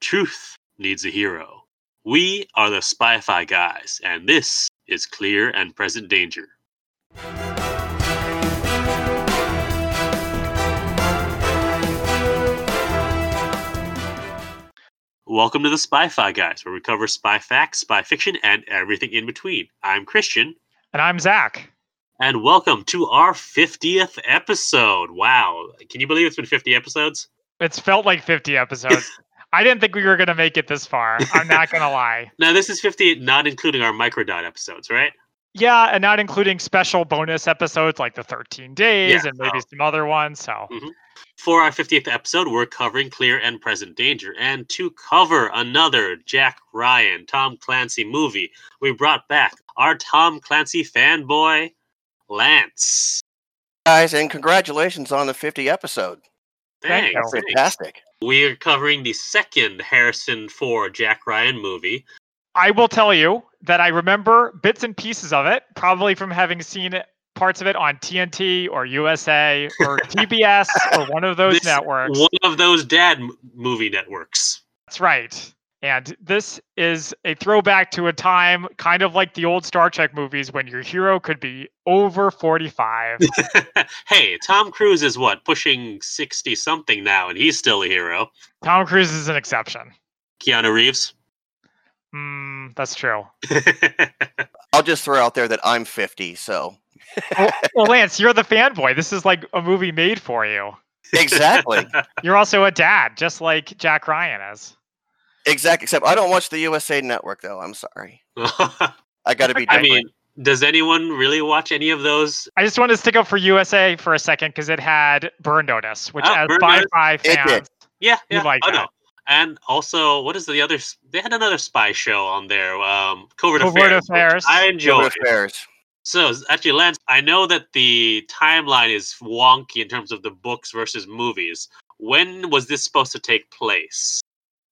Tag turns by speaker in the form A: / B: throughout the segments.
A: Truth needs a hero. We are the Spy-Fi guys, and this is Clear and Present Danger. Welcome to the Spy-Fi guys, where we cover spy facts, spy fiction, and everything in between. I'm Christian,
B: And I'm Zach.
A: and welcome to our 50th episode. Wow, can you believe it's been 50 episodes?
B: It's felt like 50 episodes. I didn't think we were going to make it this far. I'm not going to lie.
A: Now, this is 50 not including our microdot episodes, right?
B: Yeah, and not including special bonus episodes like the 13 days
A: Yeah,
B: and maybe
A: oh. Hmm.
B: some other ones. So,
A: For our 50th episode, we're covering Clear and Present Danger. And to cover another Jack Ryan, Tom Clancy movie, we brought back our Tom Clancy fanboy, Lance.
C: guys, and congratulations on the 50 episode.
A: Thanks.
B: Thank you.
A: thanks.
C: Fantastic.
A: We are covering the second Harrison Ford Jack Ryan movie.
B: I will tell you that I remember bits and pieces of it, probably from having seen it- parts of it on TNT or USA or TBS or one of those
A: This
B: networks.
A: One of those dad m- movie networks.
B: That's right. And this is a throwback to a time kind of like the old Star Trek movies when your hero could be over 45.
A: hey, Tom Cruise is what, pushing 60 something now, and he's still a hero.
B: Tom Cruise is an exception.
A: Keanu Reeves.
B: Mm, that's true.
C: I'll just throw out there that I'm 50, so
B: Well, well, Lance, you're the fanboy. This is like a movie made for you.
C: exactly,
B: You're also a dad, just like Jack Ryan is.
C: exactly. Except I don't watch the USA Network though. I'm sorry. I got to be.
A: I
C: different.
A: mean, does anyone really watch any of those?
B: I just want to stick up for USA for a second because it had Burn Notice, which
A: Ah,
B: as
A: Burn
B: Spy
A: Notice.
B: Fi
C: did.
B: fans,
A: Yeah,
B: You
A: yeah,
B: like
A: I
B: that.
A: know. And also, what is the other? s- They had another spy show on there, um, Covert,
B: Covert
A: Affairs. which
B: Affairs.
A: I
C: World
A: enjoyed.
C: affairs.
A: So s- actually, Lance, I know that the timeline is wonky in terms of the books versus movies. When was this supposed to take place?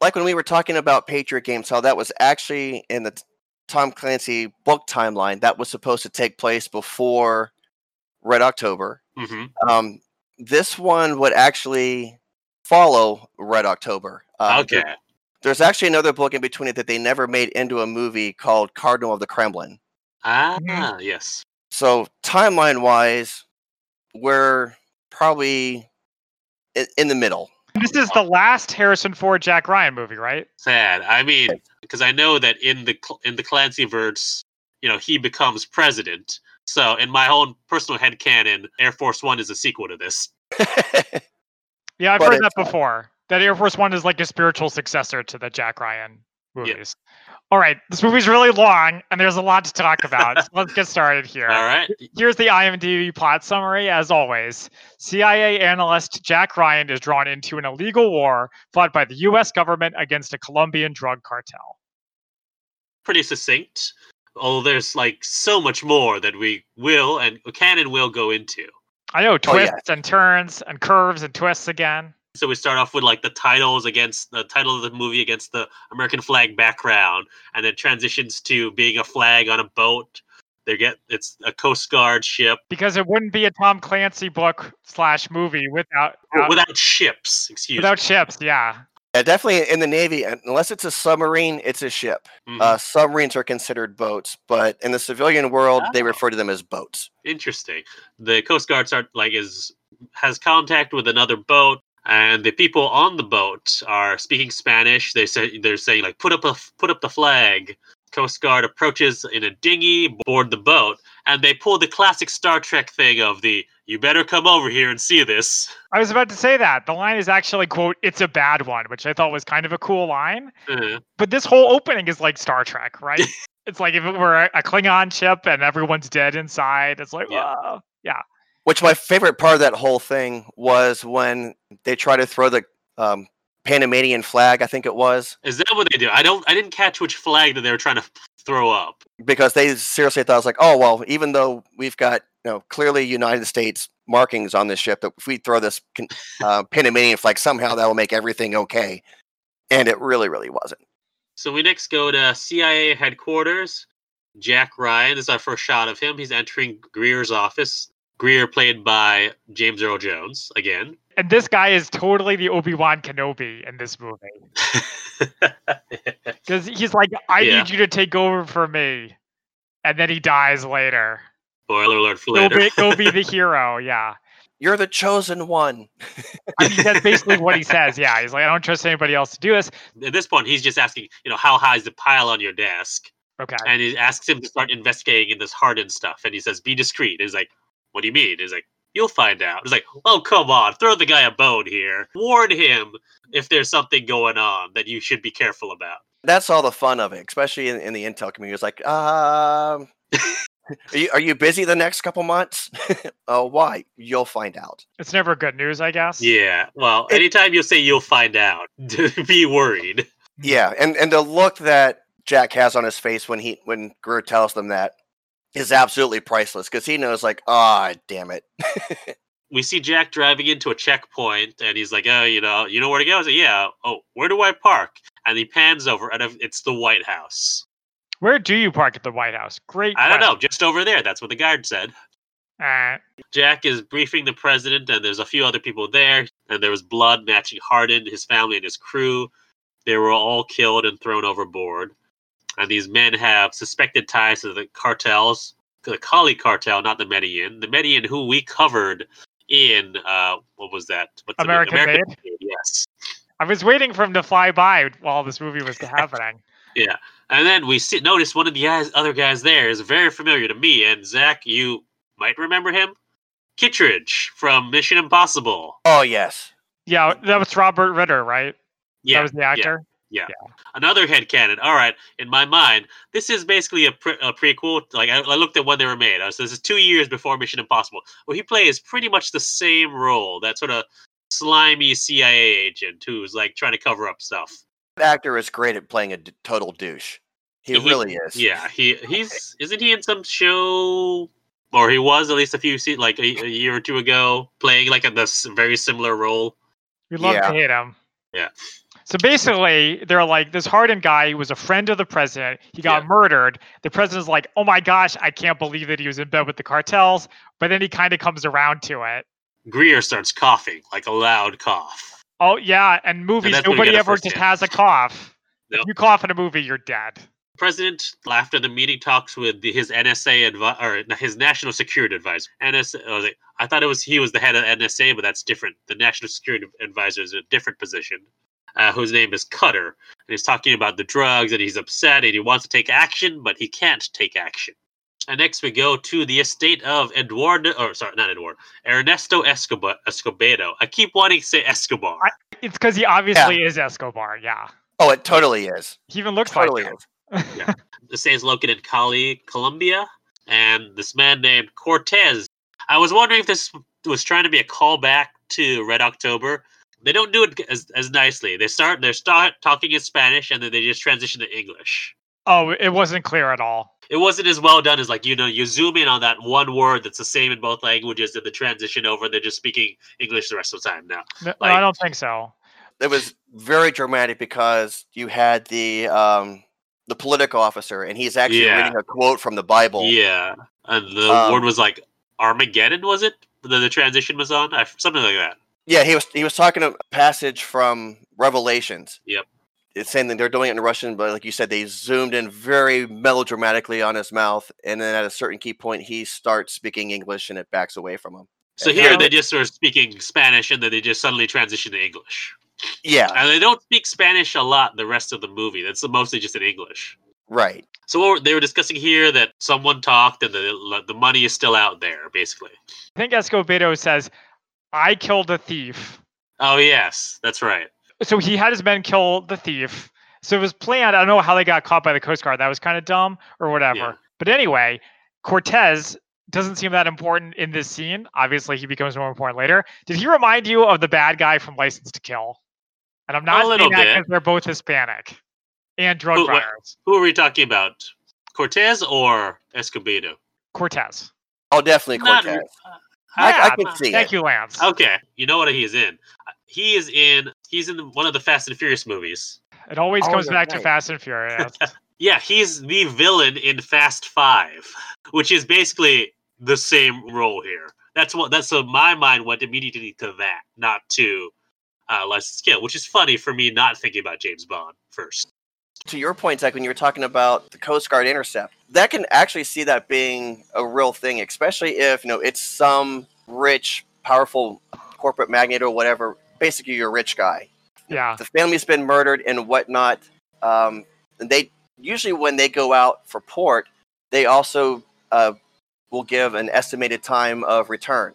C: Like when we were talking about Patriot Games, how that was actually in the t- Tom Clancy book timeline that was supposed to take place before Red October.
A: hmm
C: Um, this one would actually follow Red October. Um,
A: okay.
C: There's actually another book in between it that they never made into a movie called Cardinal of the Kremlin.
A: Ah,
B: Mhm.
A: yes.
C: So timeline wise, we're probably in, in the middle.
B: This is the last Harrison Ford Jack Ryan movie, right?
A: Sad. I mean, because I know that in the Cl- in the Clancy verse, you know, he becomes president. So in my own personal headcanon, Air Force One is a sequel to this.
B: Yeah, I've
C: But
B: heard that
C: it's not.
B: before. That Air Force One is like a spiritual successor to the Jack Ryan movies. All right, this movie's really long and there's a lot to talk about. so let's get started here.
A: All right.
B: Here's the IMDb plot summary, as always. CIA analyst Jack Ryan is drawn into an illegal war fought by the U.S. government against a Colombian drug cartel.
A: Pretty succinct. Oh, there's like so much more that we will and can and will go into.
B: I know
C: Oh, yeah.
B: twists and turns and curves and twists again.
A: So we start off with like the titles against the title of the movie against the American flag background, and then transitions to being a flag on a boat. They get it's a Coast Guard ship
B: Because it wouldn't be a Tom Clancy book slash movie without without,
A: without ships. Excuse
B: without ships. Yeah,
C: Yeah, definitely in the Navy, un- unless it's a submarine, it's a ship.
A: me. Mhm.
C: Uh, submarines are considered boats, but in the civilian world, they
A: Oh.
C: refer to them as boats.
A: interesting. The Coast Guard start like is has contact with another boat, and the people on the boat are speaking Spanish. They say they're saying like put up a f- put up the flag. Coast Guard approaches in a dinghy, board the boat, and they pull the classic Star Trek thing of the "You better come over here and see this."
B: I was about to say that. The line is actually, quote, it's a bad one, which I thought was kind of a cool line.
A: Uh,
B: But this whole opening is like Star Trek, right? it's like if it were a Klingon ship and everyone's dead inside, it's like,
A: Yeah.
B: whoa.
C: Which my favorite part of that whole thing was when they try to throw the um, Panamanian flag, I think it was,
A: is that what they do? I don't. I didn't catch which flag that they were trying to throw up.
C: because they seriously thought it was like, oh well, even though we've got you know clearly United States markings on this ship, that if we throw this con- uh, Panamanian flag, somehow that will make everything okay. And it really, really wasn't.
A: So we next go to CIA headquarters. Jack Ryan this is our first shot of him. He's entering Greer's office. Greer, played by James Earl Jones again.
B: And this guy is totally the Obi Wan Kenobi in this movie. Because he's like, I
A: Yeah.
B: need you to take over for me. And then he dies later.
A: Spoiler alert for
B: Go
A: later.
B: be, go be the hero. Yeah.
C: You're the chosen one.
B: I mean, that's basically what he says. Yeah. He's like, I don't trust anybody else to do this.
A: At this point, he's just asking, you know, how high is the pile on your desk?
B: Okay.
A: And he asks him to start investigating in this hardened stuff. And he says, be discreet. And he's like, what do you mean? He's like, you'll find out. He's like, oh, come on. Throw the guy a bone here. Warn him if there's something going on that you should be careful about.
C: That's all the fun of it, especially in, in the Intel community. It's like, um, are, you, are you busy the next couple months? oh, why? You'll find out.
B: It's never good news, I guess.
A: Yeah. Well,
C: It-
A: anytime you say you'll find out, be worried.
B: Mm-hmm.
C: Yeah, and and the look that Jack has on his face when he when Greer tells them that is absolutely priceless because he knows like, ah, damn it,
A: we see Jack driving into a checkpoint, and he's like, "Oh, you know, you know where to go?" I said, "Yeah." Oh, where do I park? And he pans over, and it's the White House.
B: Where do you park at the White House? Great.
A: I don't know, just over there. That's what the guard said.
B: know. Uh,
A: Jack is briefing the president, and there's a few other people there, and there was blood matching Hardin, his family, and his crew. They were all killed and thrown overboard. And these men have suspected ties to the cartels, to the Kali cartel, not the Medellin. The Medellin, who we covered in, uh, what was that? What's the
B: American
A: Made, Yes.
B: I was waiting for him to fly by while this movie was happening.
A: And then we see, notice one of the guys, other guys there is very familiar to me. And Zach, you might remember him, Kittredge from Mission Impossible.
C: oh yes,
B: Yeah. That was Robert Ritter, right?
A: Yeah,
B: That was the actor.
A: another headcanon. All right, in my mind, this is basically a, pre- a prequel. Like I, I looked at when they were made. I was, this is two years before Mission Impossible, where he plays pretty much the same role. That sort of slimy CIA agent who's like trying to cover up stuff.
C: that actor is great at playing a d- total douche. He
A: He-
C: really is.
A: Yeah, he he's isn't he in some show or he was at least a few se- like a, a year or two ago playing like a this very similar role.
B: We love
C: Yeah.
B: to hate him.
A: Yeah.
B: So basically, they're like, this Hardin guy was a friend of the president. He got
A: Yeah.
B: murdered. The president's like, oh my gosh, I can't believe that he was in bed with the cartels. But then he kind of comes around to it.
A: Greer starts coughing like a loud cough.
B: Oh, yeah. And movies,
A: that's when we
B: nobody
A: get a
B: ever
A: first
B: just
A: hint.
B: has a cough.
A: Nope.
B: If you cough in a movie, you're dead.
A: President, after the meeting, talks with the, his NSA advi- or n- his national security advisor. NSA, I, was like, I thought it was he was the head of NSA, but that's different. The national security advisor is a different position, uh, whose name is Cutter, and he's talking about the drugs, and he's upset, and he wants to take action, but he can't take action. And next we go to the estate of Eduardo, or sorry, not Eduardo, Ernesto Escobar. Escobedo. I keep wanting to say Escobar.
B: I- It's because he obviously is Escobar. Yeah.
C: Oh, it totally is.
B: He even looks
C: Totally
B: like him.
C: is.
A: the Saints located in Cali, Colombia, and this man named Cortez. I was wondering if this was trying to be a callback to Red October. They don't do it as, as nicely. They start they start talking in Spanish and then they just transition to English.
B: Oh, it wasn't clear at all.
A: It wasn't as well done as like you know you zoom in on that one word that's the same in both languages and the transition over. They're just speaking English the rest of the time now.
B: No, no, I
A: Like-
B: don't think so.
C: It was very dramatic because you had the um the political officer, and he's actually
A: Yeah.
C: reading a quote from the Bible.
A: Yeah, and the
C: Um,
A: word was like Armageddon. Was it the, the transition was on? I, something like that.
C: Yeah, he was he was talking a passage from Revelations.
A: Yep.
C: It's saying that they're doing it in Russian, but like you said, they zoomed in very melodramatically on his mouth, and then at a certain key point, he starts speaking English, and it backs away from him.
A: So
C: And
A: here
C: how-
A: they just are speaking Spanish, and then they just suddenly transition to English.
C: yeah,
A: And they don't speak Spanish a lot the rest of the movie. That's mostly just in English.
C: right.
A: So what were- they were discussing here that someone talked, and the the money is still out there, basically.
B: I think Escobedo says, I killed a thief.
A: Oh yes, that's right.
B: so he had his men kill the thief. So it was planned. I don't know how they got caught by the Coast Guard. That was kind of dumb or whatever.
A: Yeah.
B: But anyway, Cortez doesn't seem that important in this scene. Obviously, he becomes more important later. Did he remind you of the bad guy from License to Kill? And I'm not
A: little
B: saying that
A: bit.
B: because they're both Hispanic and drug
A: Who- what-
B: runners.
A: Who are we talking about? Cortez or Escobedo?
B: Cortez.
C: Oh, definitely
A: Not
C: Cortez. I,
B: Yeah,
C: I can see
B: Thank
C: it.
B: you, Lance.
A: Okay, you know what he is in. He is in. He's in one of the Fast and Furious movies.
B: It always
C: Oh,
B: comes
C: you're
B: back to
C: right.
B: Fast and Furious.
A: Yeah, he's the villain in Fast Five, which is basically the same role here. That's what that's so my mind went immediately to that, not to uh, less skill, which is funny for me not thinking about James Bond first.
C: to your point, Zach, when you were talking about the Coast Guard intercept, that can actually see that being a real thing, especially if you know it's some rich, powerful corporate magnate or whatever. Basically, you're a rich guy.
B: Yeah.
C: The family's been murdered and whatnot. Um, and they usually when they go out for port, they also uh, will give an estimated time of return.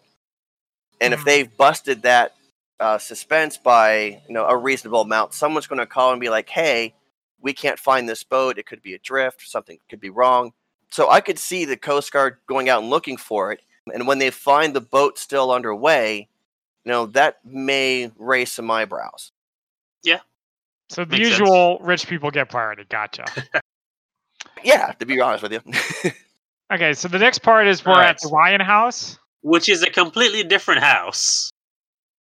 C: And if
B: Mhm.
C: they've busted that uh, suspense by you know a reasonable amount, someone's going to call and be like, "Hey, we can't find this boat. It could be adrift. Something could be wrong. So I could see the Coast Guard going out and looking for it. And when they find the boat still underway, you know, that may raise some eyebrows.
B: So the
A: Makes sense.
B: usual rich people get priority. Gotcha.
C: Yeah, to be honest with you.
B: okay. So the next part is we're at
A: Alright.
B: the Ryan house.
A: Which is a completely different house.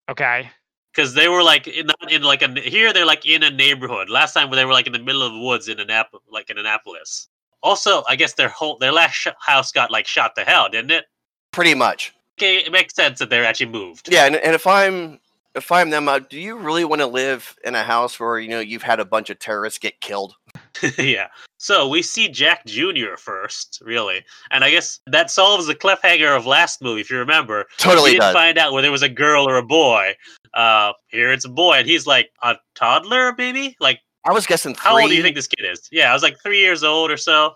B: Okay.
A: because they were like in, not in like a here they're like in a neighborhood. Last time they were like in the middle of the woods in Annap- like in Annapolis. Also, I guess their whole their last sh- house got like shot to hell, didn't it?
C: Pretty much.
A: Okay, it makes sense that they're actually moved.
C: Yeah, and, and if I'm if I'm them, uh, do you really want to live in a house where you know you've had a bunch of terrorists get killed?
A: yeah. So we see Jack Jr. first, really, and I guess that solves the cliffhanger of last movie, if you remember. we
C: Totally
A: didn't
C: does.
A: find out whether it was a girl or a boy. Uh, here it's a boy, and he's like a toddler, maybe. Like,
C: I was guessing
A: how old do you
C: three,
A: think this kid is? Yeah, I was like three years old or so.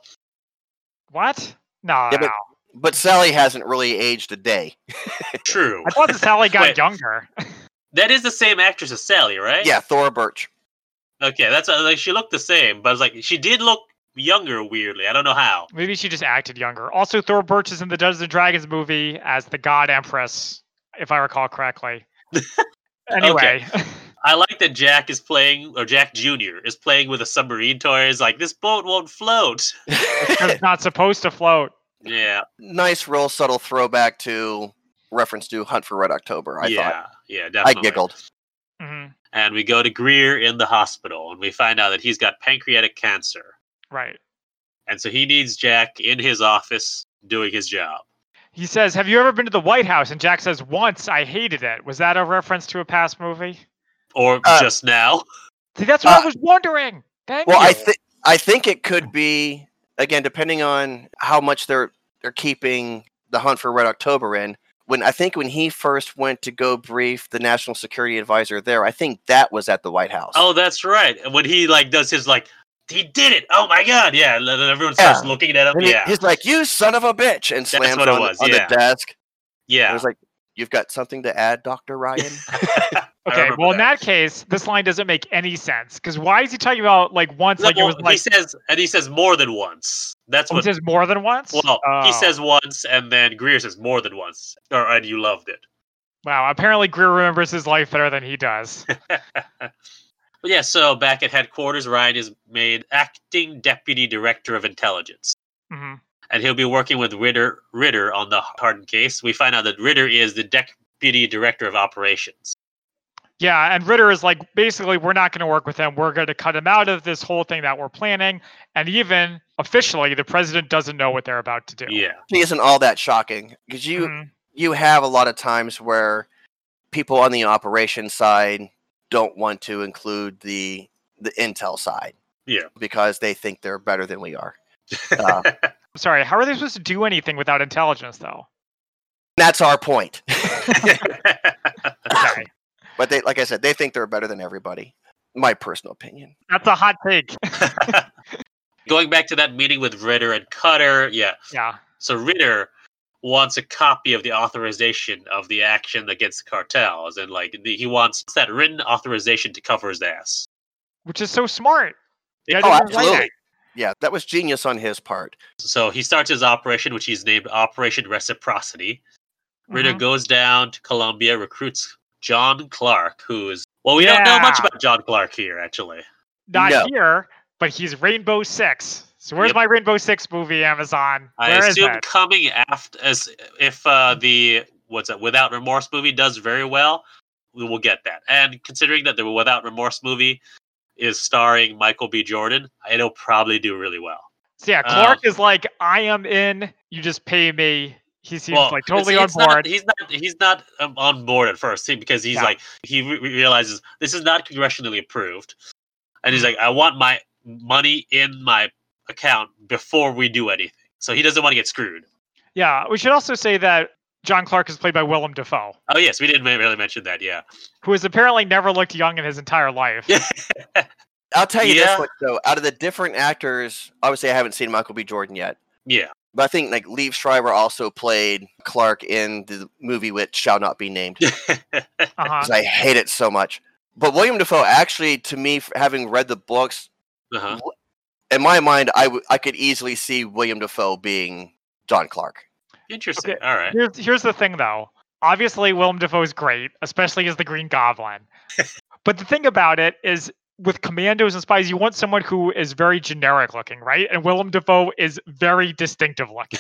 B: What? No.
C: Yeah, but-
B: no.
C: but Sally hasn't really aged a day.
A: True.
B: I thought the Sally got
A: Wait.
B: younger.
A: That is the same actress as Sally, right?
C: Yeah, Thora Birch.
A: Okay, that's uh, like she looked the same, but it's like she did look younger weirdly. I don't know how.
B: Maybe she just acted younger. Also, Thor Birch is in the Dungeons and Dragons movie as the God Empress, if I recall correctly. anyway,
A: I like that Jack is playing, or Jack Junior is playing with a submarine toy. Is like this boat won't float.
B: it's not supposed to float.
A: Yeah,
C: nice, real subtle throwback to reference to Hunt for Red October. I
A: yeah,
C: thought
A: yeah, definitely.
C: I giggled.
B: Mhm,
A: And we go to Greer in the hospital, and we find out that he's got pancreatic cancer,
B: Right.
A: and so he needs Jack in his office doing his job.
B: He says, "Have you ever been to the White House?" And Jack says, "Once. I hated it." Was that a reference to a past movie?
A: Or
C: Uh,
A: just now,
B: See, that's what I
C: Uh,
B: was wondering. Thank
C: Well,
B: you.
C: I think I think it could be again depending on how much they're they're keeping the Hunt for Red October in. When I think when he first went to go brief the national security advisor there, I think that was at the White House.
A: Oh, that's right. And When he like does his like, he did it. Oh my god, yeah. And then everyone starts
C: Yeah.
A: looking at him.
C: And he-
A: Yeah,
C: he's like, "You son of a bitch!" and slams
A: what it
C: on,
A: was,
C: on
A: yeah.
C: the desk. It
A: yeah.
C: was like, "You've got something to add, Doctor Ryan."
A: I
B: okay.
A: remember
B: Well, in that case, this line doesn't make any sense because why is he talking about like once? like it
A: Well,
B: was like
A: he says, and he says more than once. That's
B: he
A: what.
B: says more than once.
A: Well, he
B: Oh.
A: says once, and then Greer says more than once. Or and you loved it.
B: Wow, apparently Greer remembers his life better than he does.
A: But yeah, so back at headquarters, Ryan is made acting deputy director of intelligence,
B: hmm
A: and he'll be working with Ritter Ritter on the Hardin case. We find out that Ritter is the deputy director of operations.
B: Yeah, and Ritter is like, basically, we're not going to work with him. We're going to cut him out of this whole thing that we're planning. And even officially, the president doesn't know what they're about to do.
A: Yeah,
C: Actually, isn't all that shocking because you
B: Mhm.
C: you have a lot of times where people on the operation side don't want to include the the intel side
A: yeah.
C: because they think they're better than we are. Uh,
B: Sorry, how are they supposed to do anything without intelligence, though?
C: that's our point.
B: Okay.
C: but they, like I said, they think they're better than everybody. My personal opinion.
B: That's a hot take.
A: Going back to that meeting with Ritter and Cutter, yeah.
B: Yeah.
A: So Ritter wants a copy of the authorization of the action against the cartels, and like the, he wants that written authorization to cover his ass.
B: Which is so smart. Yeah,
C: Oh,
B: I didn't write
C: absolutely.
B: that.
C: Yeah, that was genius on his part.
A: So he starts his operation, which he's named Operation Reciprocity. Ritter
B: Mhm.
A: goes down to Colombia, recruits John Clark, who is well, we don't know much
B: Yeah.
A: about John Clark here, actually.
B: Not
C: No.
B: here, but he's Rainbow Six. So where's
A: Yep.
B: my Rainbow Six movie, Amazon?
A: I
B: Where is
A: assume
B: that?
A: coming after as if uh, the what's that Without Remorse movie does very well, we will get that. And considering that the Without Remorse movie is starring Michael B. Jordan, it'll probably do really well.
B: So yeah,
A: Uh,
B: Clark is like, I am in. You just pay me He seems like totally on
A: not-
B: board.
A: he's not. He's not um, on board at first see, because he's
B: Yeah.
A: like he re- realizes this is not congressionally approved, and
B: Mm-hmm.
A: he's like, I want my money in my account before we do anything. So he doesn't want to get screwed.
B: yeah, we should also say that John Clark is played by Willem Dafoe,
A: Oh yes, we didn't ma- really mention that. Yeah,
B: who has apparently never looked young in his entire life.
A: Yeah.
C: I'll tell you
A: Yeah.
C: this much though: out of the different actors, obviously I haven't seen Michael B. Jordan yet,
A: yeah.
C: but I think like Liev Schreiber also played Clark in the movie which shall not be named
B: Uh-huh.
C: because I hate it so much. But William Defoe actually, to me, f- having read the books,
B: Mm-hmm.
A: uh-huh.
C: in my mind, I w- I could easily see William Defoe being John Clark.
A: Interesting.
B: Okay.
A: All right.
B: Here's, here's the thing, though. Obviously, Willem Dafoe is great, especially as the Green Goblin. but the thing about it is, with commandos and spies, you want someone who is very generic looking, right? And Willem Dafoe is very distinctive looking.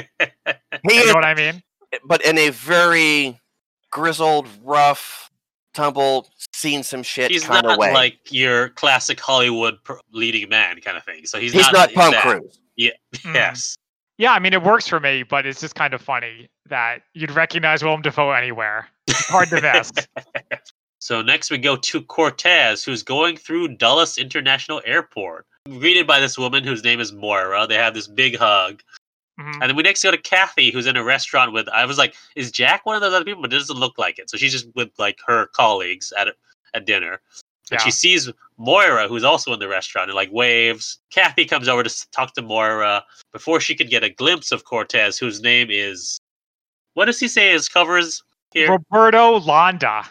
C: He
B: You
C: is
B: know what I mean?
C: but in a very grizzled, rough, tumbled, seen some shit
A: He's
C: kind
A: not
C: of way.
A: like your classic Hollywood pr- leading man kind of thing. So he's,
C: he's, not, Tom
A: that.
C: Cruise.
B: Mm.
A: Yes.
B: Yeah, I mean, it works for me, but it's just kind of funny that you'd recognize Willem Dafoe anywhere. It's hard to miss. Mm-hmm.
A: So next we go to Cortez, who's going through Dulles International Airport, greeted by this woman whose name is Moira. They have this big hug,
B: Mhm.
A: and then we next go to Kathy, who's in a restaurant with. I was like, is Jack one of those other people? But it doesn't look like it. So she's just with like her colleagues at at dinner, and
B: Yeah.
A: she sees Moira, who's also in the restaurant, and like waves. Kathy comes over to s- talk to Moira before she can get a glimpse of Cortez, whose name is. What does he say his covers here?
B: Roberto Landa.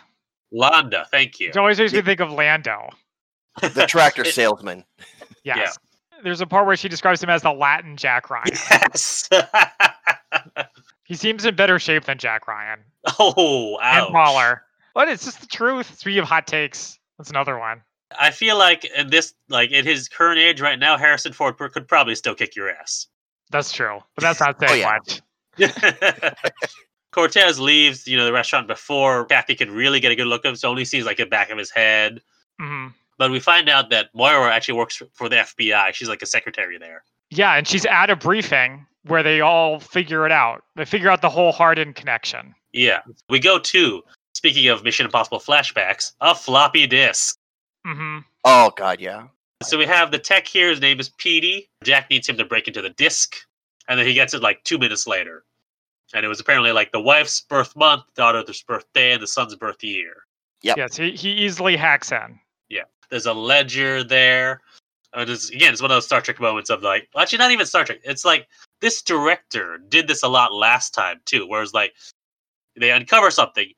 A: Londa, thank you.
B: It always makes me think of Lando.
C: The tractor
A: It-
C: salesman.
B: Yes. There's a part where she describes him as the Latin Jack Ryan.
A: Yes.
B: He seems in better shape than Jack Ryan
A: oh, ouch.
B: and Mahler. But it's just the truth. Speaking of hot takes, that's another one.
A: I feel like in this, like in his current age right now, Harrison Ford pr- could probably still kick your ass.
B: That's true. But that's not
A: Oh,
B: saying
C: yeah.
B: much.
A: Cortez leaves, you know, the restaurant before Kathy can really get a good look of him. So only sees like the back of his head.
B: Mhm.
A: But we find out that Moira actually works f- for the FBI. She's like a secretary there.
B: Yeah, and she's at a briefing where they all figure it out. They figure out the whole Harden connection.
A: Yeah. We go to speaking of Mission Impossible flashbacks, a floppy disk.
B: hmm
C: Oh God, yeah.
A: So we have the tech here. His name is Petey. Jack needs him to break into the disc, and then he gets it like two minutes later. And it was apparently like the wife's birth month, daughter's birthday, and the son's birth year.
C: Yep.
B: Yes, he, he easily hacks in.
A: There's a ledger there. And it's, again, it's one of those Star Trek moments of like, well, actually, not even Star Trek. It's like this director did this a lot last time too, whereas like they uncover something,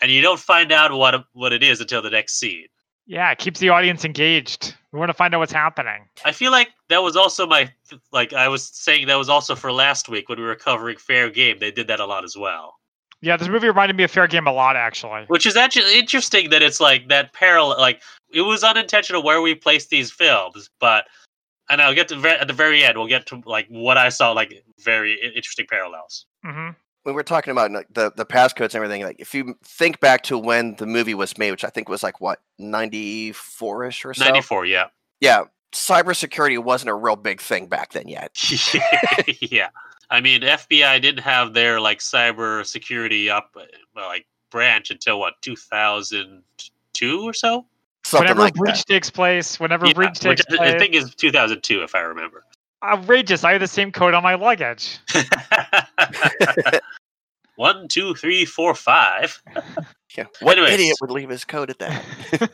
A: and you don't find out what what it is until the next scene.
B: Yeah, it keeps the audience engaged. We want to find out what's happening.
A: I feel like that was also my like I was saying that was also for last week when we were covering fair game. They did that a lot as well,
B: Yeah, this movie reminded me of Fair Game a lot, actually.
A: which is actually interesting that it's like that parallel. Like it was unintentional where we placed these films, but and I'll get to ver- at the very end. We'll get to like what I saw like very i- interesting parallels.
B: hmm
C: When we're talking about like, the the passcodes and everything, like if you think back to when the movie was made, which I think was like what ninety four ish or so.
A: Ninety four, yeah,
C: Yeah, cybersecurity wasn't a real big thing back then yet.
A: yeah. I mean, FBI didn't have their like cyber security up uh, like branch until what two thousand two or so.
C: Something
B: whenever
C: like
B: breach
C: that.
B: takes place, whenever
A: Yeah,
B: breach takes
A: which I
B: place,
A: I think is 2002, if I remember.
B: outrageous. I have the same code on my luggage.
A: One, two, three, four, five.
C: Yeah. What
A: Anyways.
C: idiot would leave his code at that?
B: Mm-hmm.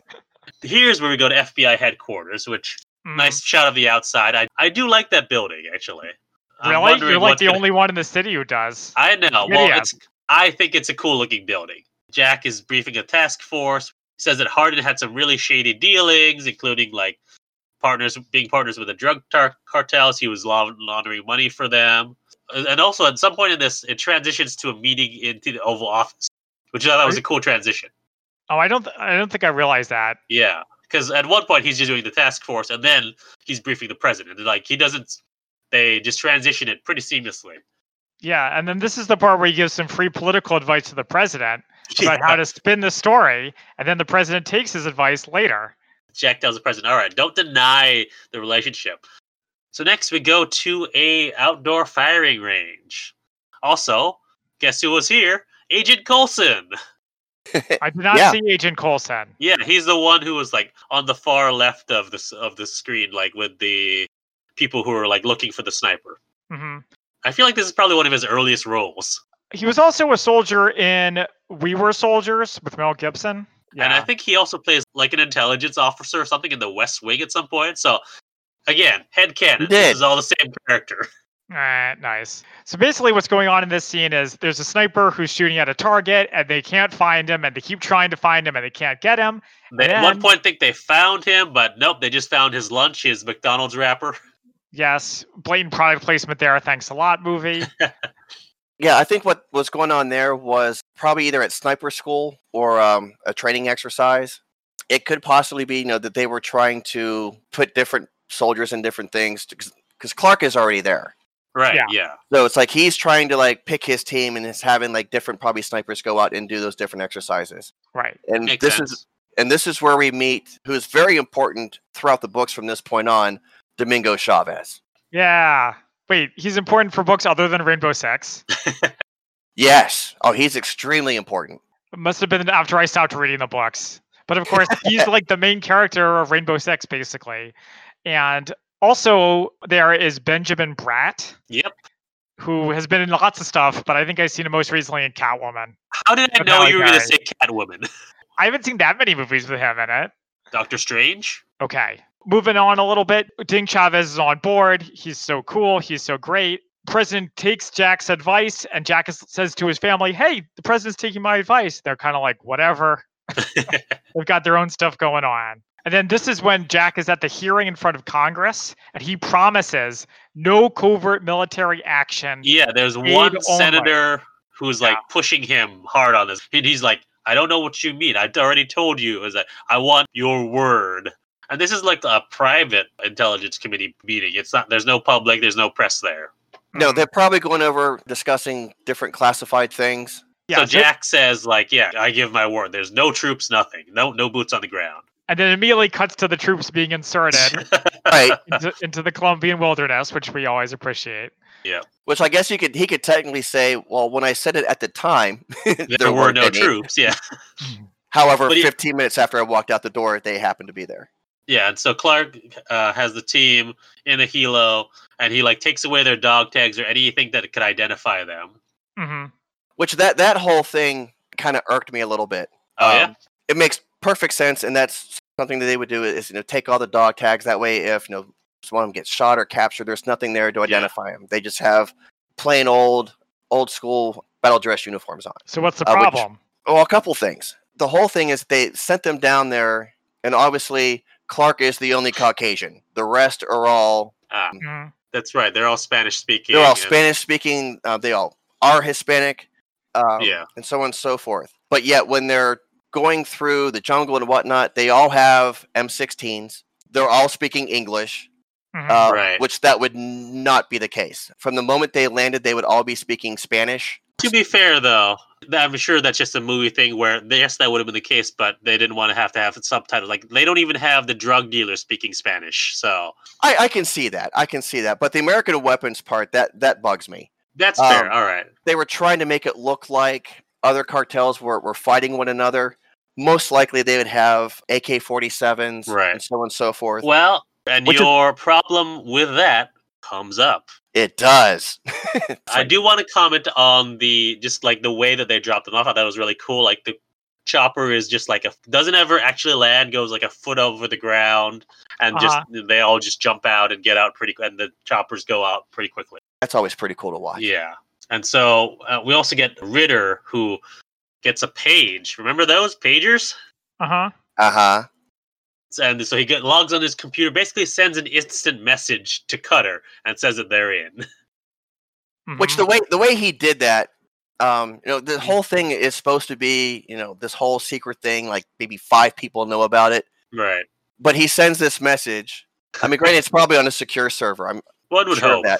A: Here's where we go to FBI headquarters, which
B: Mm.
A: nice shot of the outside. I, I do like that building actually. I'm
B: Really?
A: wondering
B: You're like
A: what's
B: the
A: gonna-
B: only one in the city who does.
A: I know.
B: Yeah,
A: Well,
B: yeah.
A: it's I think it's a cool looking building. Jack is briefing a task force. Says that Hardin had some really shady dealings, including like partners being partners with the drug tar- cartels. He was laun- laundering money for them, Uh, and also at some point in this, it transitions to a meeting into the Oval Office, which I thought was a cool transition.
B: Oh, I don't. Th- I don't think I realized that.
A: Yeah, because at one point he's just doing the task force, and then he's briefing the president. And, Like he doesn't. They just transition it pretty seamlessly.
B: Yeah, and then this is the part where he gives some free political advice to the president about how to spin the story, and then the president takes his advice later.
A: Jack tells the president, "All right, don't deny the relationship." So next we go to a outdoor firing range. Also, guess who was here? Agent Coulson. Eh,
B: I did not
C: Yeah.
B: see Agent Coulson.
A: Yeah, he's the one who was like on the far left of this of the screen, like with the people who are like looking for the sniper.
B: hmm
A: I feel like this is probably one of his earliest roles,
B: He was also a soldier in We Were Soldiers with Mel Gibson. Yeah.
A: and I think he also plays like an intelligence officer or something in The West Wing at some point. So, again, head
C: He
A: canon.
C: did.
A: This is all the same character.
B: Alright, nice. So basically, what's going on in this scene is there's a sniper who's shooting at a target, and they can't find him, and they keep trying to find him, and they can't get him.
A: They at
B: Then-
A: one point think they found him, but nope, they just found his lunch, his McDonald's wrapper.
B: Yes, blatant product placement there. Thanks a lot, movie.
C: Yeah, I think what was going on there was probably either at sniper school or um, a training exercise. It could possibly be, you know, that they were trying to put different soldiers in different things because Clark is already there.
A: Right.
B: Yeah.
A: yeah.
C: So it's like he's trying to like pick his team and is having like different probably snipers go out and do those different exercises.
B: right.
C: And
A: Makes
C: this
A: sense.
C: is and this is where we meet who's very important throughout the books from this point on, Domingo Chavez.
B: Yeah. Wait, he's important for books other than Rainbow Six.
C: Yes. Oh, he's extremely important.
B: It must have been after I stopped reading the books. But of course, he's like the main character of Rainbow Six, basically. And also, there is Benjamin Bratt.
A: Yep.
B: Who has been in lots of stuff, but I think I've seen him most recently in Catwoman.
A: How did I
B: But
A: know
B: now
A: you were
B: I
A: going to
B: die.
A: say Catwoman?
B: I haven't seen that many movies with him in it.
A: Doctor Strange?
B: Mm-hmm. Okay. Moving on a little bit, Ding Chavez is on board. He's so cool. He's so great. President takes Jack's advice, and Jack is, says to his family, Hey, the president's taking my advice. They're kind of like, Whatever. They've got their own stuff going on. And then this is when Jack is at the hearing in front of Congress, and he promises no covert military action.
A: Yeah, there's
B: Abe
A: one
B: Allman.
A: senator who's
B: oh Yeah.
A: like pushing him hard on this. And he's like, I don't know what you mean. I already told you. Is that I want your word. And this is like a private intelligence committee meeting. It's not there's no public, there's no press there.
C: No,
A: Mm-hmm.
B: Mhm.
C: they're probably going over discussing different classified things.
B: Yeah,
A: so
B: so-
A: Jack says, like, yeah, I give my word. There's no troops, nothing. No no boots on the ground.
B: and then immediately cuts to the troops being inserted
C: Right.
B: into, into the Colombian wilderness, which we always appreciate.
C: Which I guess you could he could technically say, well, when I said it at the time,
A: there, were
C: weren't
A: no
C: any.
A: troops, yeah.
C: However,
A: But he-
C: 15 minutes after I walked out the door, they happened to be there.
A: Yeah, and so Clark uh, has the team in a helo, and he like takes away their dog tags or anything that could identify them.
B: hmm
C: Which that that whole thing kind of irked me a little bit.
A: Oh yeah,
C: Um, It makes perfect sense, and that's something that they would do is you know take all the dog tags that way. If you know one of them gets shot or captured, there's nothing there to
A: Yeah.
C: identify them. They just have plain old old school battle dress uniforms on.
B: So what's the
C: Uh, which-
B: problem?
C: Well, a couple things. The whole thing is they sent them down there, and obviously Clark is the only Caucasian. The rest are all
A: ah,
B: Mhm.
A: that's right. They're all Spanish speaking.
C: they're all
A: and-
C: Spanish speaking. Uh, they all are Hispanic, um,
A: Yeah.
C: and so on and so forth. But yet, when they're going through the jungle and whatnot, they all have M16s. They're all speaking English,
B: Mhm.
C: uh,
A: Right.
C: which that would n- not be the case. From the moment they landed, they would all be speaking Spanish.
A: To be fair, though, th- I'm sure that's just a movie thing where yes, that would have been the case, but they didn't want to have to have it subtitled. Like they don't even have the drug dealer speaking Spanish, so
C: I, I can see that. I can see that. But the American weapons part that that bugs me.
A: that's fair.
C: Um,
A: All right.
C: they were trying to make it look like other cartels were, were fighting one another. Most likely, they would have AK 47s
A: Right.
C: and so on and so forth.
A: Well, and
C: Which is-
A: your problem with that comes up.
C: it does.
A: I do want to comment on the just like the way that they dropped them off. I thought that was really cool. Like the chopper is just like a doesn't ever actually land, goes like a foot over the ground, and just they all just jump out and get out pretty, qu- and the choppers go out pretty quickly.
C: That's always pretty cool to watch.
A: Yeah, and so uh, we also get Ritter who gets a page. Remember those pagers?
B: uh-huh.
C: Uh huh.
A: And so he get, logs on his computer, basically sends an instant message to Cutter and says that they're in.
C: Which
B: Mhm.
A: Mm-hmm.
C: the way the way he did that, um, you know, the whole thing is supposed to be, you know, this whole secret thing. Like maybe five people know about it,
A: right.
C: but he sends this message. I mean, granted, it's probably on a secure server. I'm
A: One would
C: sure of
A: hope.
C: that.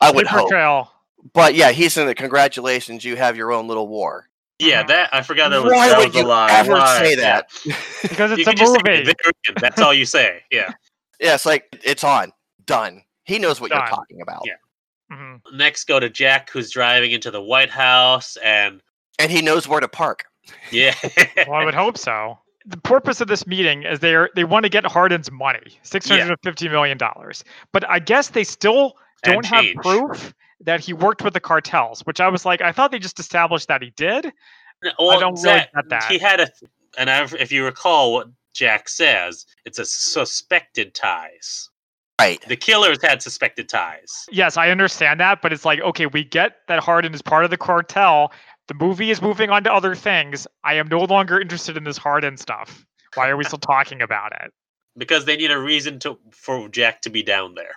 C: I would
B: Paper
C: hope.
B: trail.
C: But yeah, he's in the congratulations. You have your own little war.
A: Yeah,
B: Mhm.
A: that I forgot that was,
C: Why
A: that
C: would
A: was
C: you
A: a lie.
C: ever
A: Why? Yeah.
C: say that?
B: Because
A: You
B: it's
A: can
B: a
A: just say
B: movie.
A: "They're in." That's all you say. Yeah.
C: Yeah, it's like it's on, done. He knows what
B: Done.
C: you're talking about.
A: Yeah.
B: Mhm.
A: Next, go to Jack, who's driving into the White House, and
C: and he knows where to park.
A: yeah,
B: Well, I would hope so. The purpose of this meeting is they are they want to get Harden's money, six hundred and fifty million dollars. But I guess they still
A: And
B: don't have
A: change.
B: proof that he worked with the cartels, which I was like, I thought they just established that he did.
A: No, well,
B: don't really
A: Zack-
B: get that.
A: He had a, and I, if you recall what Jack says, it's a suspected ties.
C: Right.
A: The killers had suspected ties.
B: Yes, I understand that, but it's like, okay, we get that Harden is part of the cartel. The movie is moving on to other things. I am no longer interested in this Harden stuff. Why are we still talking about it?
A: because they need a reason to for Jack to be down there.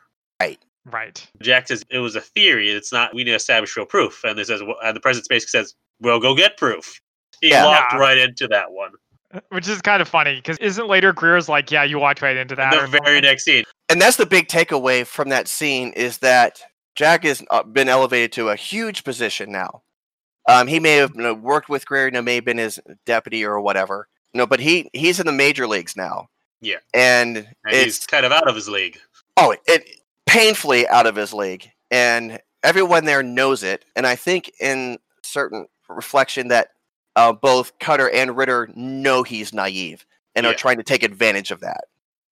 B: Right.
A: Jack says it was a theory. It's not. We need to establish real proof. And they says well, and the president basically says, "Well, go get proof." He
C: Yeah.
A: walked
B: Yeah.
A: right into that one.
B: Which is kind of funny because isn't later Greer's like, yeah, you walked right into that. or
A: The very
B: something?
A: next scene.
C: And that's the big takeaway from that scene is that Jack has uh, been elevated to a huge position now. Um, he may have you know, worked with Greer, you know, may have been his deputy or whatever. No, but he he's in the major leagues now.
A: Yeah.
C: and,
A: And
C: it's
A: he's kind of out of his league.
C: oh, it painfully out of his league, and everyone there knows it. And I think in certain reflection that uh, both Cutter and Ritter know he's naive and are
A: Yeah.
C: trying to take advantage of that.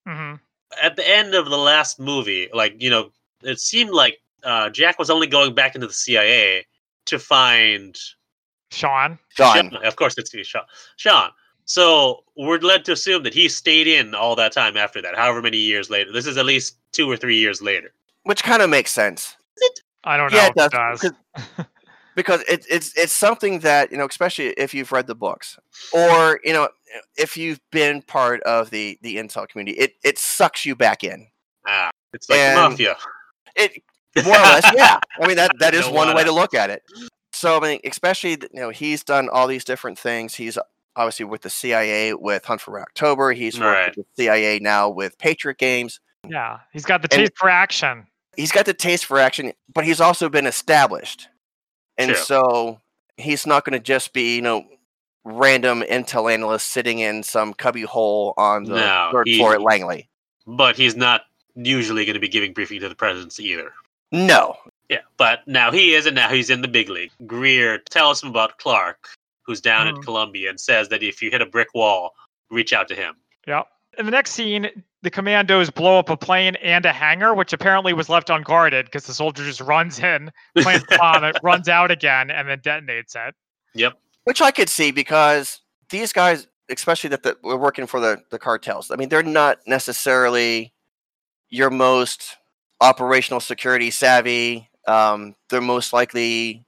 B: Mhm.
A: At the end of the last movie, like you know, it seemed like uh, Jack was only going back into the CIA to find
B: Sean.
C: John,
A: Sean. Of course, it's Sean. Sean. So we're led to assume that he stayed in all that time after that, however many years later. This is at least two or three years later.
C: which kind of makes sense.
B: I don't know
C: Yeah,
B: if
C: it
B: it
C: does,
B: does.
C: because it, it's it's something that you know, especially if you've read the books, or you know, if you've been part of the the intel community, it it sucks you back in.
A: Ah, it's like
C: And-
A: the mafia.
C: It more or less, yeah. I mean that that is
A: No
C: one way
A: water.
C: to look at it. So I mean, especially th- you know, he's done all these different things. He's obviously with the CIA with Hunt for Red October. He's worked
A: Right.
C: with the CIA now with Patriot Games.
B: Yeah, he's got the
C: And-
B: taste for action.
C: He's got the taste for action, but he's also been established, and
A: True.
C: so he's not going to just be you know random intel analyst sitting in some cubby hole on the
A: No,
C: third
A: he-
C: floor at Langley.
A: but he's not usually going to be giving briefing to the presidents either.
C: No,
A: Yeah, but now he is, and now he's in the big league. Greer tells him about Clark, who's down
B: Mhm.
A: at Columbia, and says that if you hit a brick wall, reach out to him.
B: Yep. In the next scene, the commandos blow up a plane and a hangar, which apparently was left unguarded because the soldier just runs in, plants the bomb, it runs out again, and then detonates it.
C: which I could see because these guys, especially that the, we're working for the the cartels. I mean, they're not necessarily your most operational security savvy. Um, they're most likely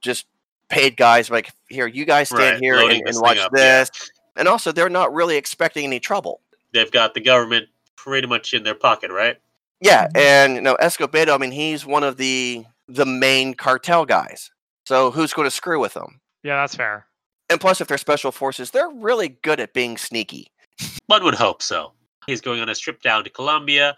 C: just paid guys. Like here, you guys stand
A: Right,
C: here
A: loading
C: and, and
A: this thing
C: watch
A: up, yeah.
C: this, and also they're not really expecting any trouble.
A: They've got the government pretty much in their pocket, right?
C: Yeah,
B: Mhm.
C: and you know Escobedo. I mean, he's one of the the main cartel guys. So who's going to screw with them?
B: Yeah, that's fair.
C: And plus, if they're special forces, they're really good at being sneaky.
A: One would hope so. He's going on a trip down to Columbia,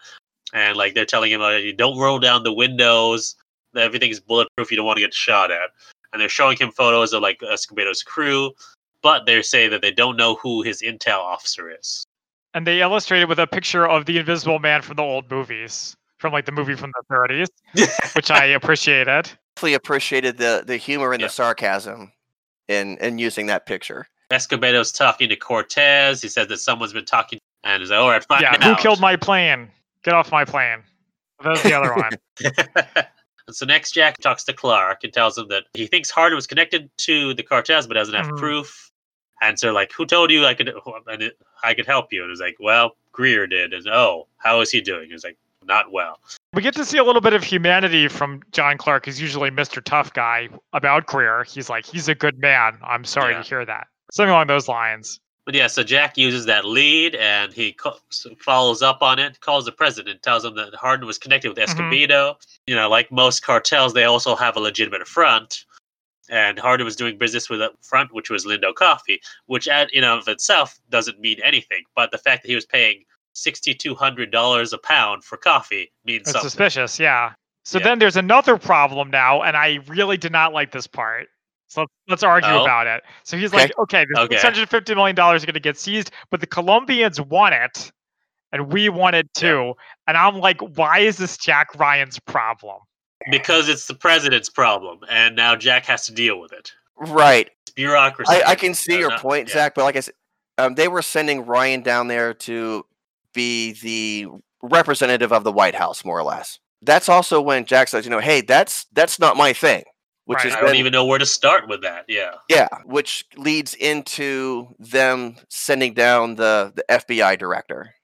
A: and like they're telling him, like, don't roll down the windows. Everything's bulletproof. You don't want to get shot at. And they're showing him photos of like Escobedo's crew, but they say that they don't know who his intel officer is.
B: And they illustrate it with a picture of the Invisible Man from the old movies, from like the movie from the 30s, which I appreciated.
C: Definitely appreciated the the humor and
A: Yeah.
C: the sarcasm in in using that picture.
A: Escobedo's talking to Cortez. He says that someone's been talking, and he's like, "All right, fine."
B: yeah, who killed my plane? Get off my plane. That's the other one.
A: And so next, Jack talks to Clark and tells him that he thinks Harden was connected to the Cortez, but doesn't have
B: Mhm.
A: proof. And so, like, who told you I could and it- I could help you? And he's like, "Well, Greer did." And oh, how is he doing? He's like, "Not well."
B: We get to see a little bit of humanity from John Clark, who's usually Mr. Tough Guy about Greer. He's like, he's a good man. I'm sorry
A: Yeah.
B: to hear that. Something along those lines.
A: But yeah, so Jack uses that lead and he co- so follows up on it, calls the president, tells him that Harden was connected with Escobedo. You know, like most cartels, they also have a legitimate front. And Harden was doing business with a front, which was Lindo Coffee, which at, in and of itself doesn't mean anything. But the fact that he was paying $6,200 a pound for coffee means
B: It's
A: something.
B: suspicious, yeah. So
A: Yeah.
B: then there's another problem now, and I really did not like this part. So let's- let's argue
A: Oh.
B: about it. So he's
C: Okay.
B: like, okay, this
A: Okay.
B: $650 million is going to get seized, but the Colombians want it, and we want it
A: Yeah.
B: too. And I'm like, why is this Jack Ryan's problem?
A: because it's the president's problem, and now Jack has to deal with it.
C: Right.
A: It's bureaucracy.
C: I, I can see
A: Uh,
C: your
A: not-
C: point,
A: yeah.
C: Zach, but like I said, um, they were sending Ryan down there to be the representative of the White House, more or less. That's also when Jack says, you know, hey, that's that's not my thing, which
B: Right,
C: is
A: I don't
C: when,
A: even know where to start with that. Yeah.
C: yeah, which leads into them sending down the the FBI director.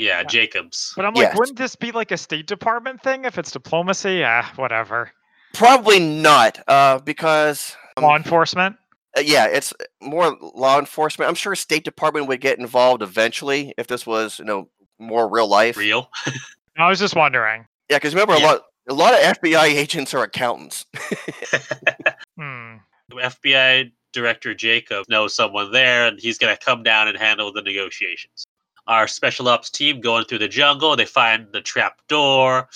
A: Yeah,
B: Yeah.
A: Jacobs.
B: But I'm like,
C: Yes.
B: wouldn't this be like a State Department thing if it's diplomacy? Yeah, whatever.
C: Probably not, uh, because um,
B: Law enforcement.
C: uh, yeah, it's more law enforcement. I'm sure State Department would get involved eventually if this was, you know, more real life.
A: Real.
B: I was just wondering.
C: Yeah, because remember
A: Yeah.
C: a lot a lot of FBI agents are accountants.
B: Hmm.
A: FBI Director Jacob knows someone there, and he's going to come down and handle the negotiations. Our special ops team going through the jungle, they find the trap door,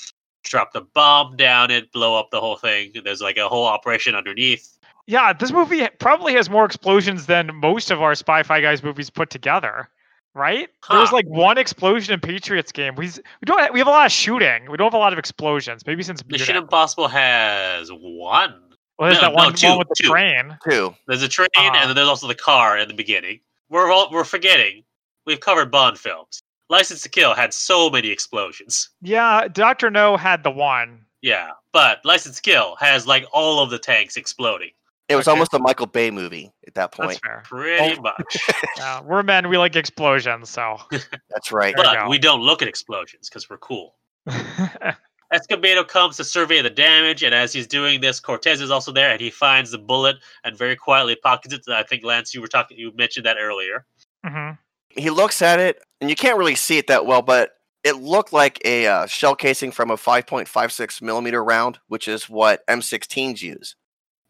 A: drop the bomb down it, blow up the whole thing. There's like a whole operation underneath.
B: Yeah, this movie probably has more explosions than most of our Spy Fi Guys movies put together, right? There was
A: Huh.
B: like one explosion in Patriots game. We s- we don't have, we have a lot of shooting. We don't have a lot of explosions. Maybe since
A: Mission
B: Munich.
A: Impossible has one.
B: well, there's
A: no,
B: that
A: no,
B: one,
A: two,
B: one with the
A: two.
B: train.
C: Too.
A: There's a train,
B: Uh-huh.
A: and then there's also the car in the beginning. We're all we're forgetting. We've covered Bond films. License to Kill had so many explosions.
B: Yeah, Doctor No had the one.
A: Yeah, but License to Kill has like all of the tanks exploding.
C: It was
B: Okay.
C: almost a Michael Bay movie at that
B: That's
C: point.
B: fair.
A: Pretty
B: Oh.
A: much.
B: Yeah, we're men. We like explosions. So
C: That's right.
B: There you
A: But
B: go.
A: we don't look at explosions because we're cool.
B: yeah,
A: Escobedo comes to survey the damage, and as he's doing this, Cortez is also there, and he finds the bullet and very quietly pockets it. I think Lance, you were talking, you mentioned that earlier.
B: hmm
C: He looks at it, and you can't really see it that well, but it looked like a uh, shell casing from a 5.56 millimeter round, which is what M16s use.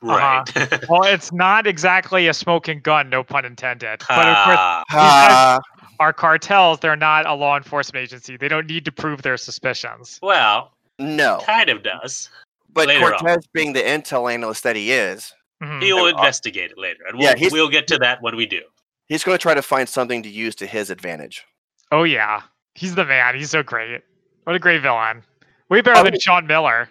B: Uh-huh.
A: Right.
B: well, it's not exactly a smoking gun, no pun intended. But of course,
A: Ah,
C: Ah,
B: our cartels, they're not a law enforcement agency. They don't need to prove their suspicions.
A: well,
C: no.
A: kind of does.
C: But
A: later on.
C: Cortez, being the intel analyst that he is,
B: Mhm.
A: He will
C: There are-
A: investigate it later, and we'll,
C: Hmm. uh, Yeah, he's-
A: we'll get to that when we do.
C: he's going to try to find something to use to his advantage.
B: Oh yeah, he's the man. He's so great. What a great villain. Way better
C: Oh.
B: than Sean Miller.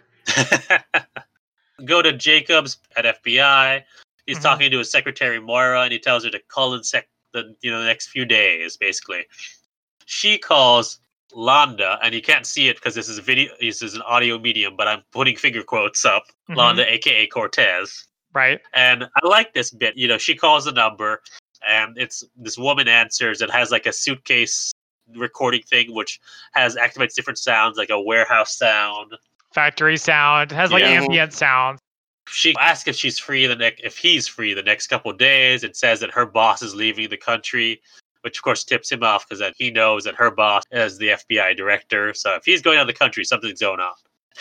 A: Go to Jacobs at FBI. He's
B: Mhm.
A: talking to his secretary Moira, and he tells her to call in sec- the you know the next few days, basically. She calls Londa, and you can't see it because this is a video. This is an audio medium, but I'm putting finger quotes up.
B: Mhm.
A: Londa, aka Cortez,
B: Right.
A: and I like this bit. You know, she calls the number, and it's this woman answers. It has like a suitcase recording thing, which has activates different sounds, like a warehouse sound.
B: Factory sound has like
A: Yeah.
B: ambient sounds.
A: she asks if she's free the next if he's free the next couple days and says that her boss is leaving the country which of course tips him off because he knows that her boss is the fbi director so if he's going out of the country something's going on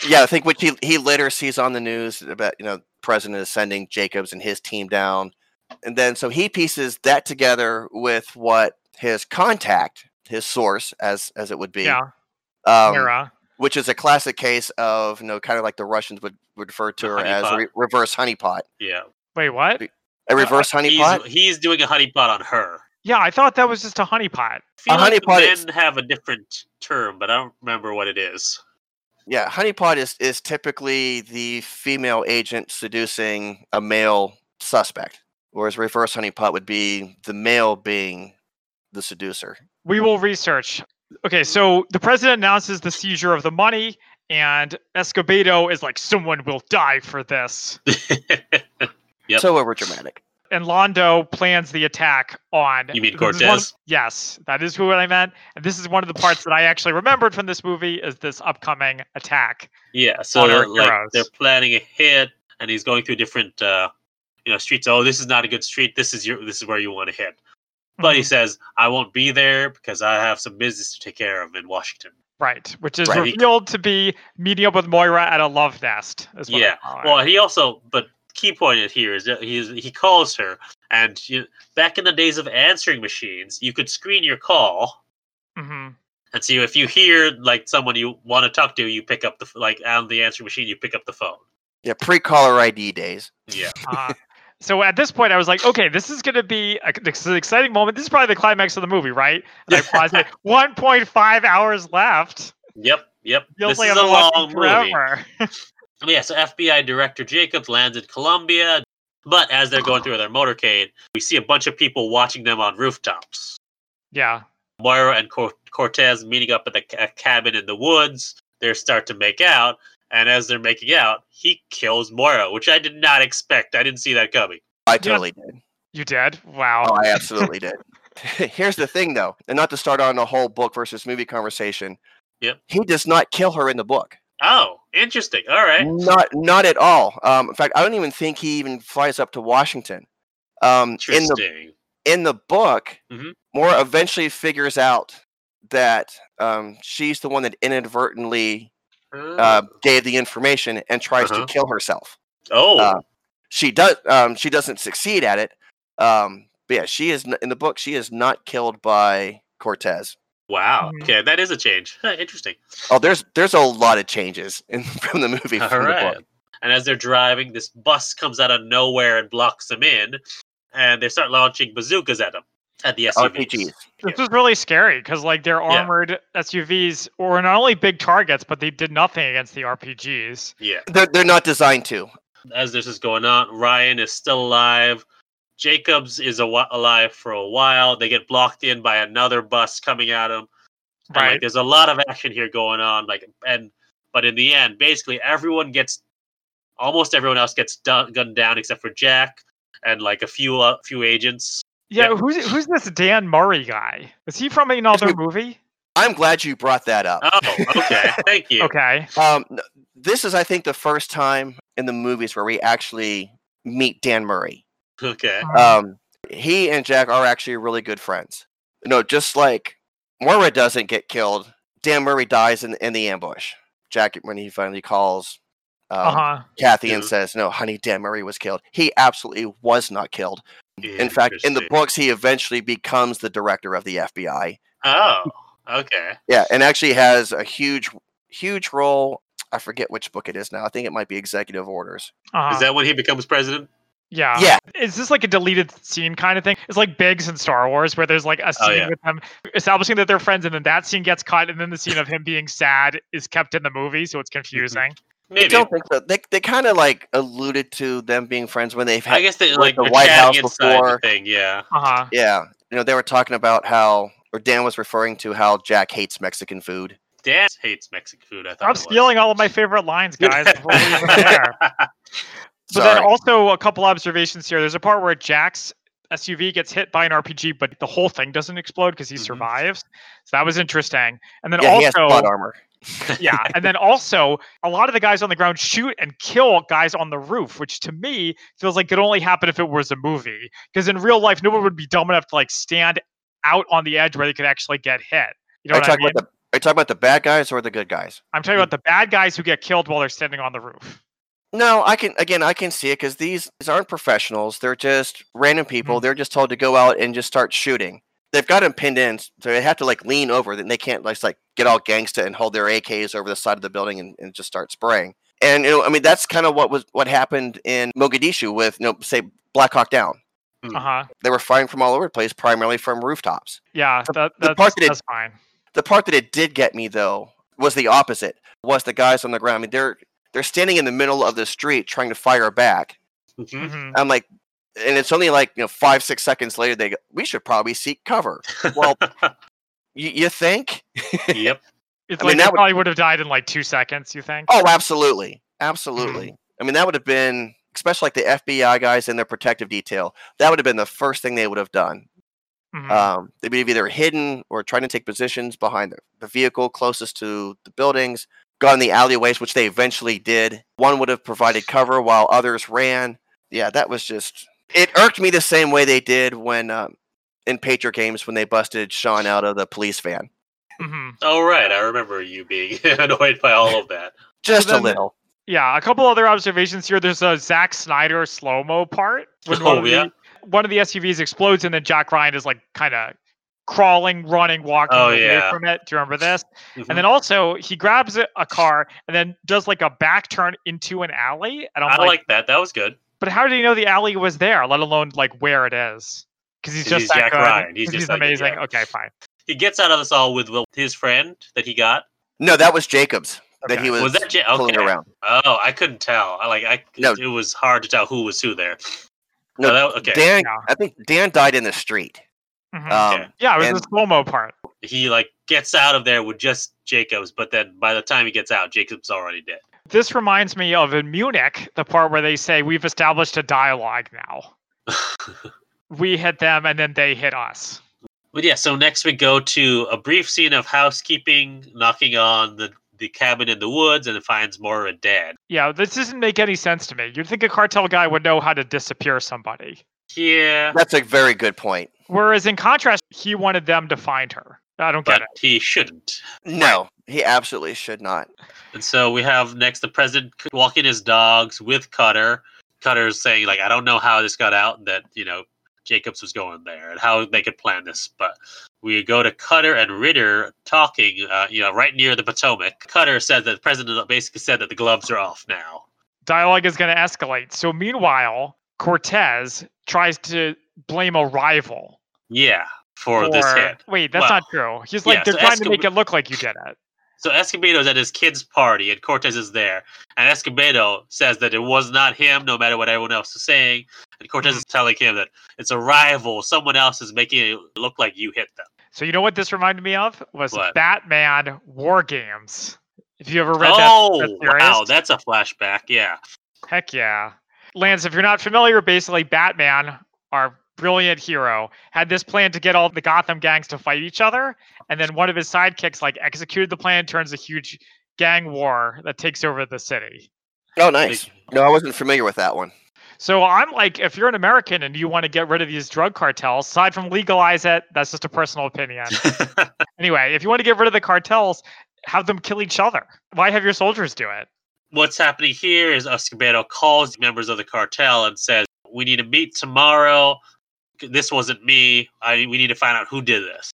C: Yeah, I think what he, he later sees on the news about, you know, the president is sending Jacobs and his team down. And then so he pieces that together with what his contact, his source, as as it would be,
B: Yeah.
C: um,
B: Mira.
C: which is a classic case of, you know, kind of like the Russians would, would refer to
A: The
C: her as a
A: honeypot.
C: re- reverse honeypot.
A: yeah
B: Wait, what?
C: Be- A reverse honeypot?
A: Uh, he's, he's doing a honeypot on her
B: Yeah, I thought that was just a honeypot.
A: I feel
C: A
A: like
C: honeypot
A: men
C: is-
A: have a different term but i don't remember what it is
C: Yeah, honeypot is, is typically the female agent seducing a male suspect, whereas reverse honeypot would be the male being the seducer.
B: We will research. Okay, so the president announces the seizure of the money, and Escobedo is like, someone will die for this.
A: Yep.
C: So over dramatic.
B: And Londo plans the attack on.
A: You mean
B: this is one of-
A: Cortez?
B: yes, that is who I meant. And this is one of the parts that I actually remembered from this movie is this upcoming attack.
A: yeah so
B: On our
A: like
B: heroes.
A: they're planning a hit and he's going through different uh you know streets oh this is not a good street this is your this is where you want to hit But he
B: Mhm.
A: says, I won't be there because I have some business to take care of in Washington.
B: right, which is
C: Right.
B: revealed to be meeting up with Moira at a love nest. Is what I
A: Yeah,
B: call it.
A: Well, he also, but key point it here is that he's, he calls her. And you, back in the days of answering machines, you could screen your call.
B: Mhm.
A: And so if you hear like someone you want to talk to, you pick up the, f- like on the answering machine, you pick up the phone.
C: Yeah, pre caller ID days.
A: Yeah.
B: Uh, so at this point, I was like, okay, this is going to be a, this is an exciting moment. This is probably the climax of the movie, right? And I paused it. 1.5 hours left.
A: Yep. Yep.
B: Feels
A: this
B: like
A: is
B: I've
A: a
B: been watching
A: long movie.
B: forever.
A: But yeah, so FBI Director Jacobs lands in Colombia, but as they're going through their motorcade, we see a bunch of people watching them on rooftops.
B: Yeah.
A: Moira and Cor- Cortez meeting up at the ca- cabin in the woods. They start to make out, and as they're making out, he kills Moira, which I did not expect. I didn't see that coming.
C: I totally did.
B: You did? Wow.
C: Oh, I absolutely did. Here's the thing, though, and not to start on a whole book versus movie conversation.
A: Yep.
C: He does not kill her in the book.
A: Oh, interesting. All right.
C: Not, not at all. Um, in fact, I don't even think he even flies up to Washington. Um, in the
A: Interesting.
C: in the book,
A: Mhm.
C: Moore eventually figures out that um, she's the one that inadvertently uh, gave the information and tries
A: Uh-huh.
C: to kill herself.
A: oh,
C: uh, She does. Um, she doesn't succeed at it. Um, but yeah, she is n- in the book. She is not killed by Cortez.
A: wow.
B: mhm.
A: Okay, that is a change. Huh, interesting.
C: Oh, there's there's a lot of changes in, from the movie
A: All
C: from the
A: right.
C: book.
A: And as they're driving, this bus comes out of nowhere and blocks them in, and they start launching bazookas at them at the SUVs.
C: RPGs.
B: This was really scary because like their
A: Yeah.
B: armored SUVs were not only big targets, but they did nothing against the RPGs.
A: Yeah.
C: They're, they're not designed to.
A: As this is going on, Ryan is still alive. Jacobs is a wa- alive for a while. They get blocked in by another bus coming at them. And,
B: Right.
A: Like, there's a lot of action here going on. Like, and but in the end, basically everyone gets, almost everyone else gets done, gunned down except for Jack and like a few uh, few agents.
B: yeah,
A: yeah.
B: who's who's this Dan Murray guy? Is he from another
C: Who-
B: movie?
C: I'm glad you brought that up.
A: Oh, okay. Thank you.
B: Okay.
C: Um, n- this is, I think, the first time in the movies where we actually meet Dan Murray.
A: Okay.
B: Mm,
C: Um, he and Jack are actually really good friends. You know, just like Moira doesn't get killed, Dan Murray dies in, in the ambush. Jack, when he finally calls um,
B: uh huh.
C: Kathy and
A: Yeah.
C: says, No, honey, Dan Murray was killed. He absolutely was not killed. In fact, in the
A: Interesting.
C: books, he eventually becomes the director of the FBI.
A: Oh, okay.
C: Yeah, and actually has a huge, huge role. I forget which book it is now. I think it might be Executive Orders.
B: Uh-huh.
A: Is that when he becomes president?
B: yeah.
C: yeah.
B: Is this like a deleted scene kind of thing? It's like Biggs in Star Wars where there's like a scene
A: Oh, yeah.
B: with them establishing that they're friends and then that scene gets cut and then the scene of him being sad is kept in the movie, so it's confusing.
C: I
A: Maybe.
C: don't think so. They, they kind of like alluded to them being friends when they've had.
A: I guess they like
C: like the
A: they're
C: White
A: chatting
C: House
A: inside
C: before.
A: the thing. Yeah.
B: Uh-huh.
C: yeah, you know, they were talking about how, or Dan was referring to how Jack hates Mexican food.
A: Dan hates Mexican food. I thought.
B: I'm stealing all of my favorite lines, guys. before we even there. But
C: Sorry.
B: then also a couple observations here. There's a part where Jack's SUV gets hit by an RPG, but the whole thing doesn't explode because he
A: Mhm.
B: survives. So that was interesting. And then
C: Mm-hmm. yeah, he has butt
B: also,
C: armor.
B: yeah, and then also, a lot of the guys on the ground shoot and kill guys on the roof, which to me feels like could only happen if it was a movie. Because in real life, no one would be dumb enough to like stand out on the edge where they could actually get hit. You know what
C: Are you
B: I
C: talking
B: mean?
C: about the? Are you talking about the bad guys or the good guys?
B: I'm talking about the bad guys who get killed while they're standing on the roof.
C: No, I can again. I can see it because these, these aren't professionals. They're just random people.
B: Mm-hmm.
C: They're just told to go out and just start shooting. They've got them pinned in, so they have to like lean over. Then they can't like, like get all gangsta and hold their AKs over the side of the building and, and just start spraying. And you know, I mean, that's kind of what was what happened in Mogadishu with you know, say Black Hawk Down.
A: Hmm.
B: Uh huh.
C: They were firing from all over the place, primarily from rooftops.
B: Yeah,
C: The-
B: that,
C: the
B: that's,
C: part that it-
B: that's fine.
C: the part that it did get me though was the opposite was the guys on the ground i mean they're they're standing in the middle of the street trying to fire back
A: Mhm.
B: Mhm.
C: i'm like and it's only like you know five six seconds later they go we should probably seek cover well you, you think
A: yep.
B: It's
C: I
B: like
C: mean,
B: they
C: that would-
B: probably would have died in like two seconds. You think?
C: oh absolutely absolutely i mean that would have been especially like the fbi guys in their protective detail that would have been the first thing they would have done
B: Mhm.
C: Um, they'd be either hidden or trying to take positions behind the, the vehicle closest to the buildings, gone in the alleyways, which they eventually did. One would have provided cover while others ran. Yeah, that was just. It irked me the same way they did when um, in Patriot games when they busted Sean out of the police van.
B: Mhm.
A: All Oh, right. I remember you being annoyed by all of that.
C: Just
B: then-
C: a little.
B: Yeah, a couple other observations here. There's a Zack Snyder slow mo part when one
A: Oh,
B: of the-
A: yeah?
B: one of the SUVs explodes and then Jack Ryan is like kind of crawling, running, walking
A: Oh,
B: away
A: yeah.
B: from it. Do you remember this?
A: Mhm.
B: And then also he grabs a, a car and then does like a back turn into an alley. And I'm
A: I
B: like,
A: like that. That was good.
B: but how did he know the alley was there? Let alone like where it is? Because he's
A: 'Cause
B: just
A: he's
B: that
A: Jack
B: good,
A: Ryan. He's
B: 'cause
A: just
B: he's
A: like it,
B: amazing.
A: yeah.
B: Okay, fine.
A: He gets out of this all with Will- his friend that he got.
C: No, that was Jacobs. that he was,
A: Was that J-
C: pulling
A: okay?
C: around.
A: Oh, I couldn't tell. I like I.
C: No.
A: It was hard to tell who was who there.
C: No,
A: Oh, that- okay. Mm,
C: Dan,
B: Yeah.
C: I think Dan died in the street.
B: Mhm.
C: Um,
A: Okay.
B: yeah, it was the
C: and-
B: slow mo part.
A: he like gets out of there with just Jacobs, but then by the time he gets out, Jacobs already dead.
B: This reminds me of in Munich, the part where they say we've established a dialogue now. we hit them and then they hit us.
A: But yeah, so next we go to a brief scene of housekeeping knocking on the, the cabin in the woods and finds Moira dead.
B: Yeah, this doesn't make any sense to me. You'd think a cartel guy would know how to disappear somebody.
A: Yeah,
C: That's a very good point.
B: Whereas in contrast, he wanted them to find her. I don't get
A: but he shouldn't.
C: No, he absolutely should not.
A: And so we have next the president c- walking his dogs with Cutter. Cutter's saying like, I don't know how this got out that you know Jacobs was going there and how they could plan this, but we go to Cutter and Ritter talking, uh, you know, right near the Potomac. Cutter says that the president basically said that the gloves are off now.
B: it. Dialogue is going to escalate. So meanwhile, Cortez tries to blame a rival
A: Yeah, for this hit.
B: Wait, that's
A: Well,
B: not true. He's like
A: yeah,
B: they're
A: so
B: trying to
A: Escob-
B: make it look like you did it.
A: So Escobedo's at his kid's party, and Cortez is there. And Escobedo says that it was not him, no matter what everyone else is saying. And Cortez is telling him that it's a rival. Someone else is making it look like you hit them.
B: So you know what this reminded me of was
A: What?
B: Batman War Games. If you ever read
A: oh,
B: that, that series,
A: wow, that's a flashback. Yeah.
B: heck yeah, Lance. If you're not familiar, basically Batman, our brilliant hero, had this plan to get all the Gotham gangs to fight each other, and then one of his sidekicks like executed the plan, turns a huge gang war that takes over the city.
C: Oh, nice. No, I wasn't familiar with that one.
B: So I'm like, if you're an American and you want to get rid of these drug cartels, aside from legalize it, that's just a personal opinion. Anyway, if you want to get rid of the cartels, have them kill each other. Why have your soldiers do it?
A: What's happening here is Escobedo calls members of the cartel and says, "We need to meet tomorrow. This wasn't me. I, we need to find out who did this."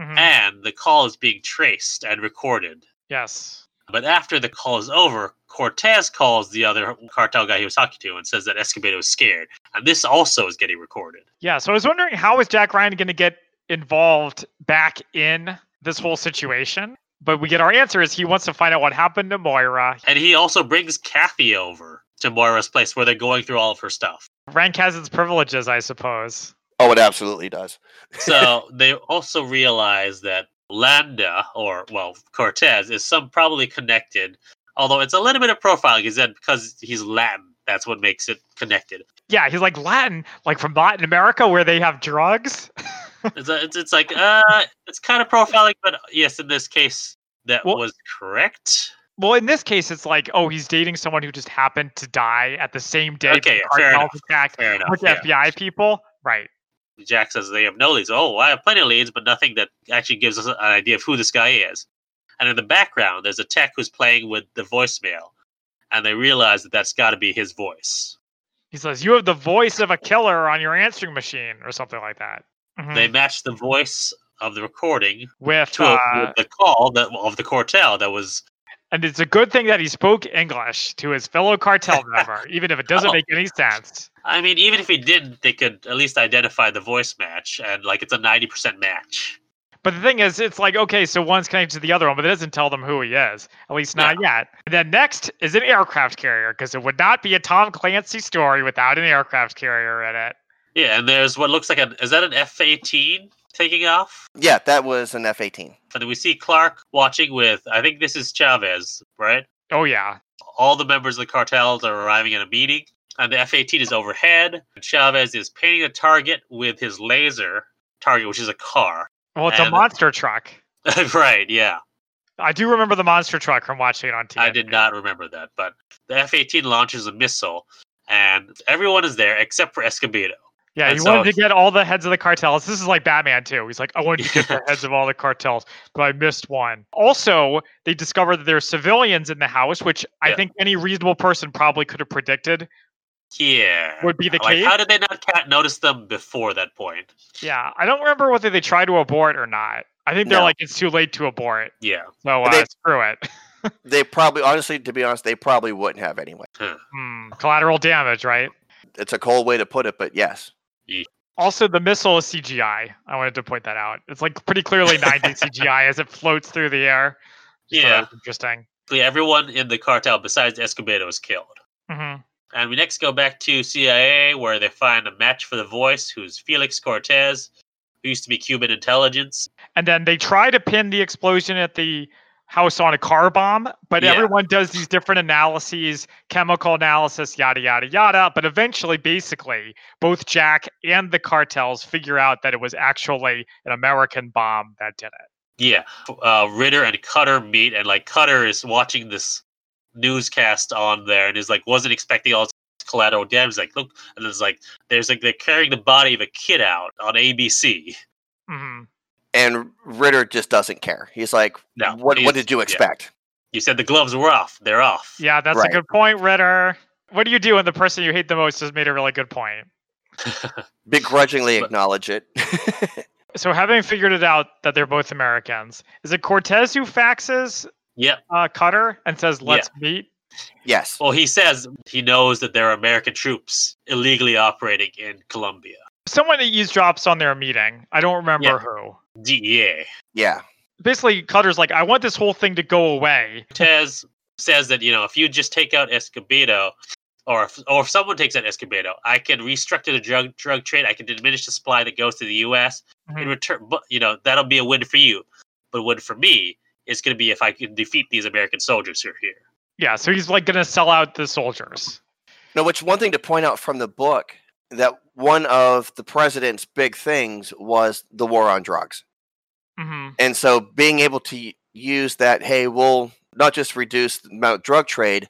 B: Mhm.
A: And the call is being traced and recorded.
B: Yes.
A: But after the call is over, Cortez calls the other cartel guy he was talking to and says that Escobedo is scared. And this also is getting recorded.
B: Yeah. So I was wondering how is Jack Ryan going to get involved back in this whole situation? But we get our answer is he wants to find out what happened to Moira.
A: And he also brings Kathy over to Moira's place where they're going through all of her stuff.
B: Rank has its privileges, I suppose.
C: Oh, it absolutely does.
A: So they also realize that Landa, or, well, Cortez, is some probably connected, although it's a little bit of profiling. Is that because he's Latin? That's what makes it connected.
B: Yeah, he's like Latin, like from Latin America where they have drugs.
A: It's, a, it's, it's like, uh, it's kind of profiling, but yes, in this case, that
B: Well-
A: was correct.
B: Well, in this case, it's like, oh, he's dating someone who just happened to die at the same day. that
A: Okay,
B: the
A: yeah, fair
B: cartels attacked
A: Fair enough.
B: with
A: yeah.
B: FBI people. Right.
A: Jack says they have no leads. Oh, I have plenty of leads, but nothing that actually gives us an idea of who this guy is. And in the background, there's a tech who's playing with the voicemail, and they realize that that's got to be his voice.
B: He says, You have the voice of a killer on your answering machine, or something like that. Mhm.
A: They match the voice of the recording
B: With,
A: to a-
B: uh,
A: with the call that, of the cartel that was.
B: and it's a good thing that he spoke English to his fellow cartel member, even if it doesn't
A: Oh.
B: make any sense.
A: I mean, even if he didn't, they could at least identify the voice match, and like it's a ninety percent match.
B: But the thing is, it's like, okay, so one's connected to the other one, but it doesn't tell them who he is, at least not yet. And then next is an aircraft carrier, because it would not be a Tom Clancy story without an aircraft carrier in it.
A: Yeah, and there's what looks like an is that an F eighteen taking off?
C: Yeah, that was an F 18.
A: And we see Clark watching with, I think this is Chavez, right?
B: Oh, yeah.
A: All the members of the cartels are arriving at a meeting, and the F 18 is overhead. Chavez is painting a target with his laser target, which is a car.
B: Well, it's a
A: And-
B: monster truck.
A: right, yeah.
B: I do remember the monster truck from watching it on TV.
A: I did not remember that. But the F 18 launches a missile, and everyone is there except for Escobedo.
B: Yeah,
A: And
B: he
A: so-
B: wanted to get all the heads of the cartels. This is like Batman too. He's like, I wanted to get the heads of all the cartels, but I missed one. Also, they discover that there's civilians in the house, which I
A: Yeah.
B: think any reasonable person probably could have predicted
A: Yeah.
B: would be the
A: Like,
B: case.
A: how did they not cat notice them before that point?
B: yeah, I don't remember whether they tried to abort or not. I think they're
C: No.
B: like, it's too late to abort,
A: Yeah.
B: so uh,
C: They-
B: screw it.
C: They probably, honestly, to be honest, they probably wouldn't have anyway.
B: Hmm, collateral damage, right?
C: It's a cold way to put it, but yes.
B: Also, the missile is CGI. I wanted to point that out. It's like pretty clearly 90 CGI as it floats through the air. Just thought that
A: Yeah.
B: was interesting.
A: basically everyone in the cartel besides Escobedo is killed.
B: hmm
A: And we next go back to CIA, where they find a match for the voice, who's Felix Cortez, who used to be Cuban intelligence.
B: And then they try to pin the explosion at the house on a car bomb, but
A: Yeah.
B: everyone does these different analyses, chemical analysis, yada, yada, yada. But eventually, basically, both Jack and the cartels figure out that it was actually an American bomb that did it.
A: Yeah, uh, Ritter and Cutter meet, and like Cutter is watching this newscast on there, and is like wasn't expecting all this collateral damage. He's Like, look, and it's like there's like they're carrying the body of a kid out on ABC.
B: hmm
C: And Ritter just doesn't care. He's like,
A: No,
C: what,
A: he's-
C: what did you
A: yeah.
C: expect?
A: You said the gloves were off; they're off.
B: Yeah, that's
C: Right.
B: a good point, Ritter. What do you do when the person you hate the most has made a really good point?
C: Begrudgingly
A: But-
C: acknowledge it.
B: So, having figured it out that they're both Americans, is it Cortez who faxes
A: Yep.
B: uh, Cutter and says,
A: Yeah.
B: let's meet?
C: yes.
A: Well, he says he knows that there are American troops illegally operating in Colombia.
B: Someone eavesdrops on their meeting. I don't remember
A: Yeah.
B: who.
A: DEA.
C: Yeah.
B: Basically, Cutter's like, I want this whole thing to go away.
A: Tez says that you know if you just take out Escobedo, or if, or if someone takes out Escobedo, I can restructure the drug drug trade. I can diminish the supply that goes to the U.S. In
B: Mhm.
A: return, but you know that'll be a win for you, but a win for me is going to be if I can defeat these American soldiers who are here.
B: Yeah, so he's like going to sell out the soldiers.
C: No, which one thing to point out from the book that one of the president's big things was the war on drugs.
B: hmm
C: And so being able to y- use that, hey, we'll not just reduce the amount of drug trade,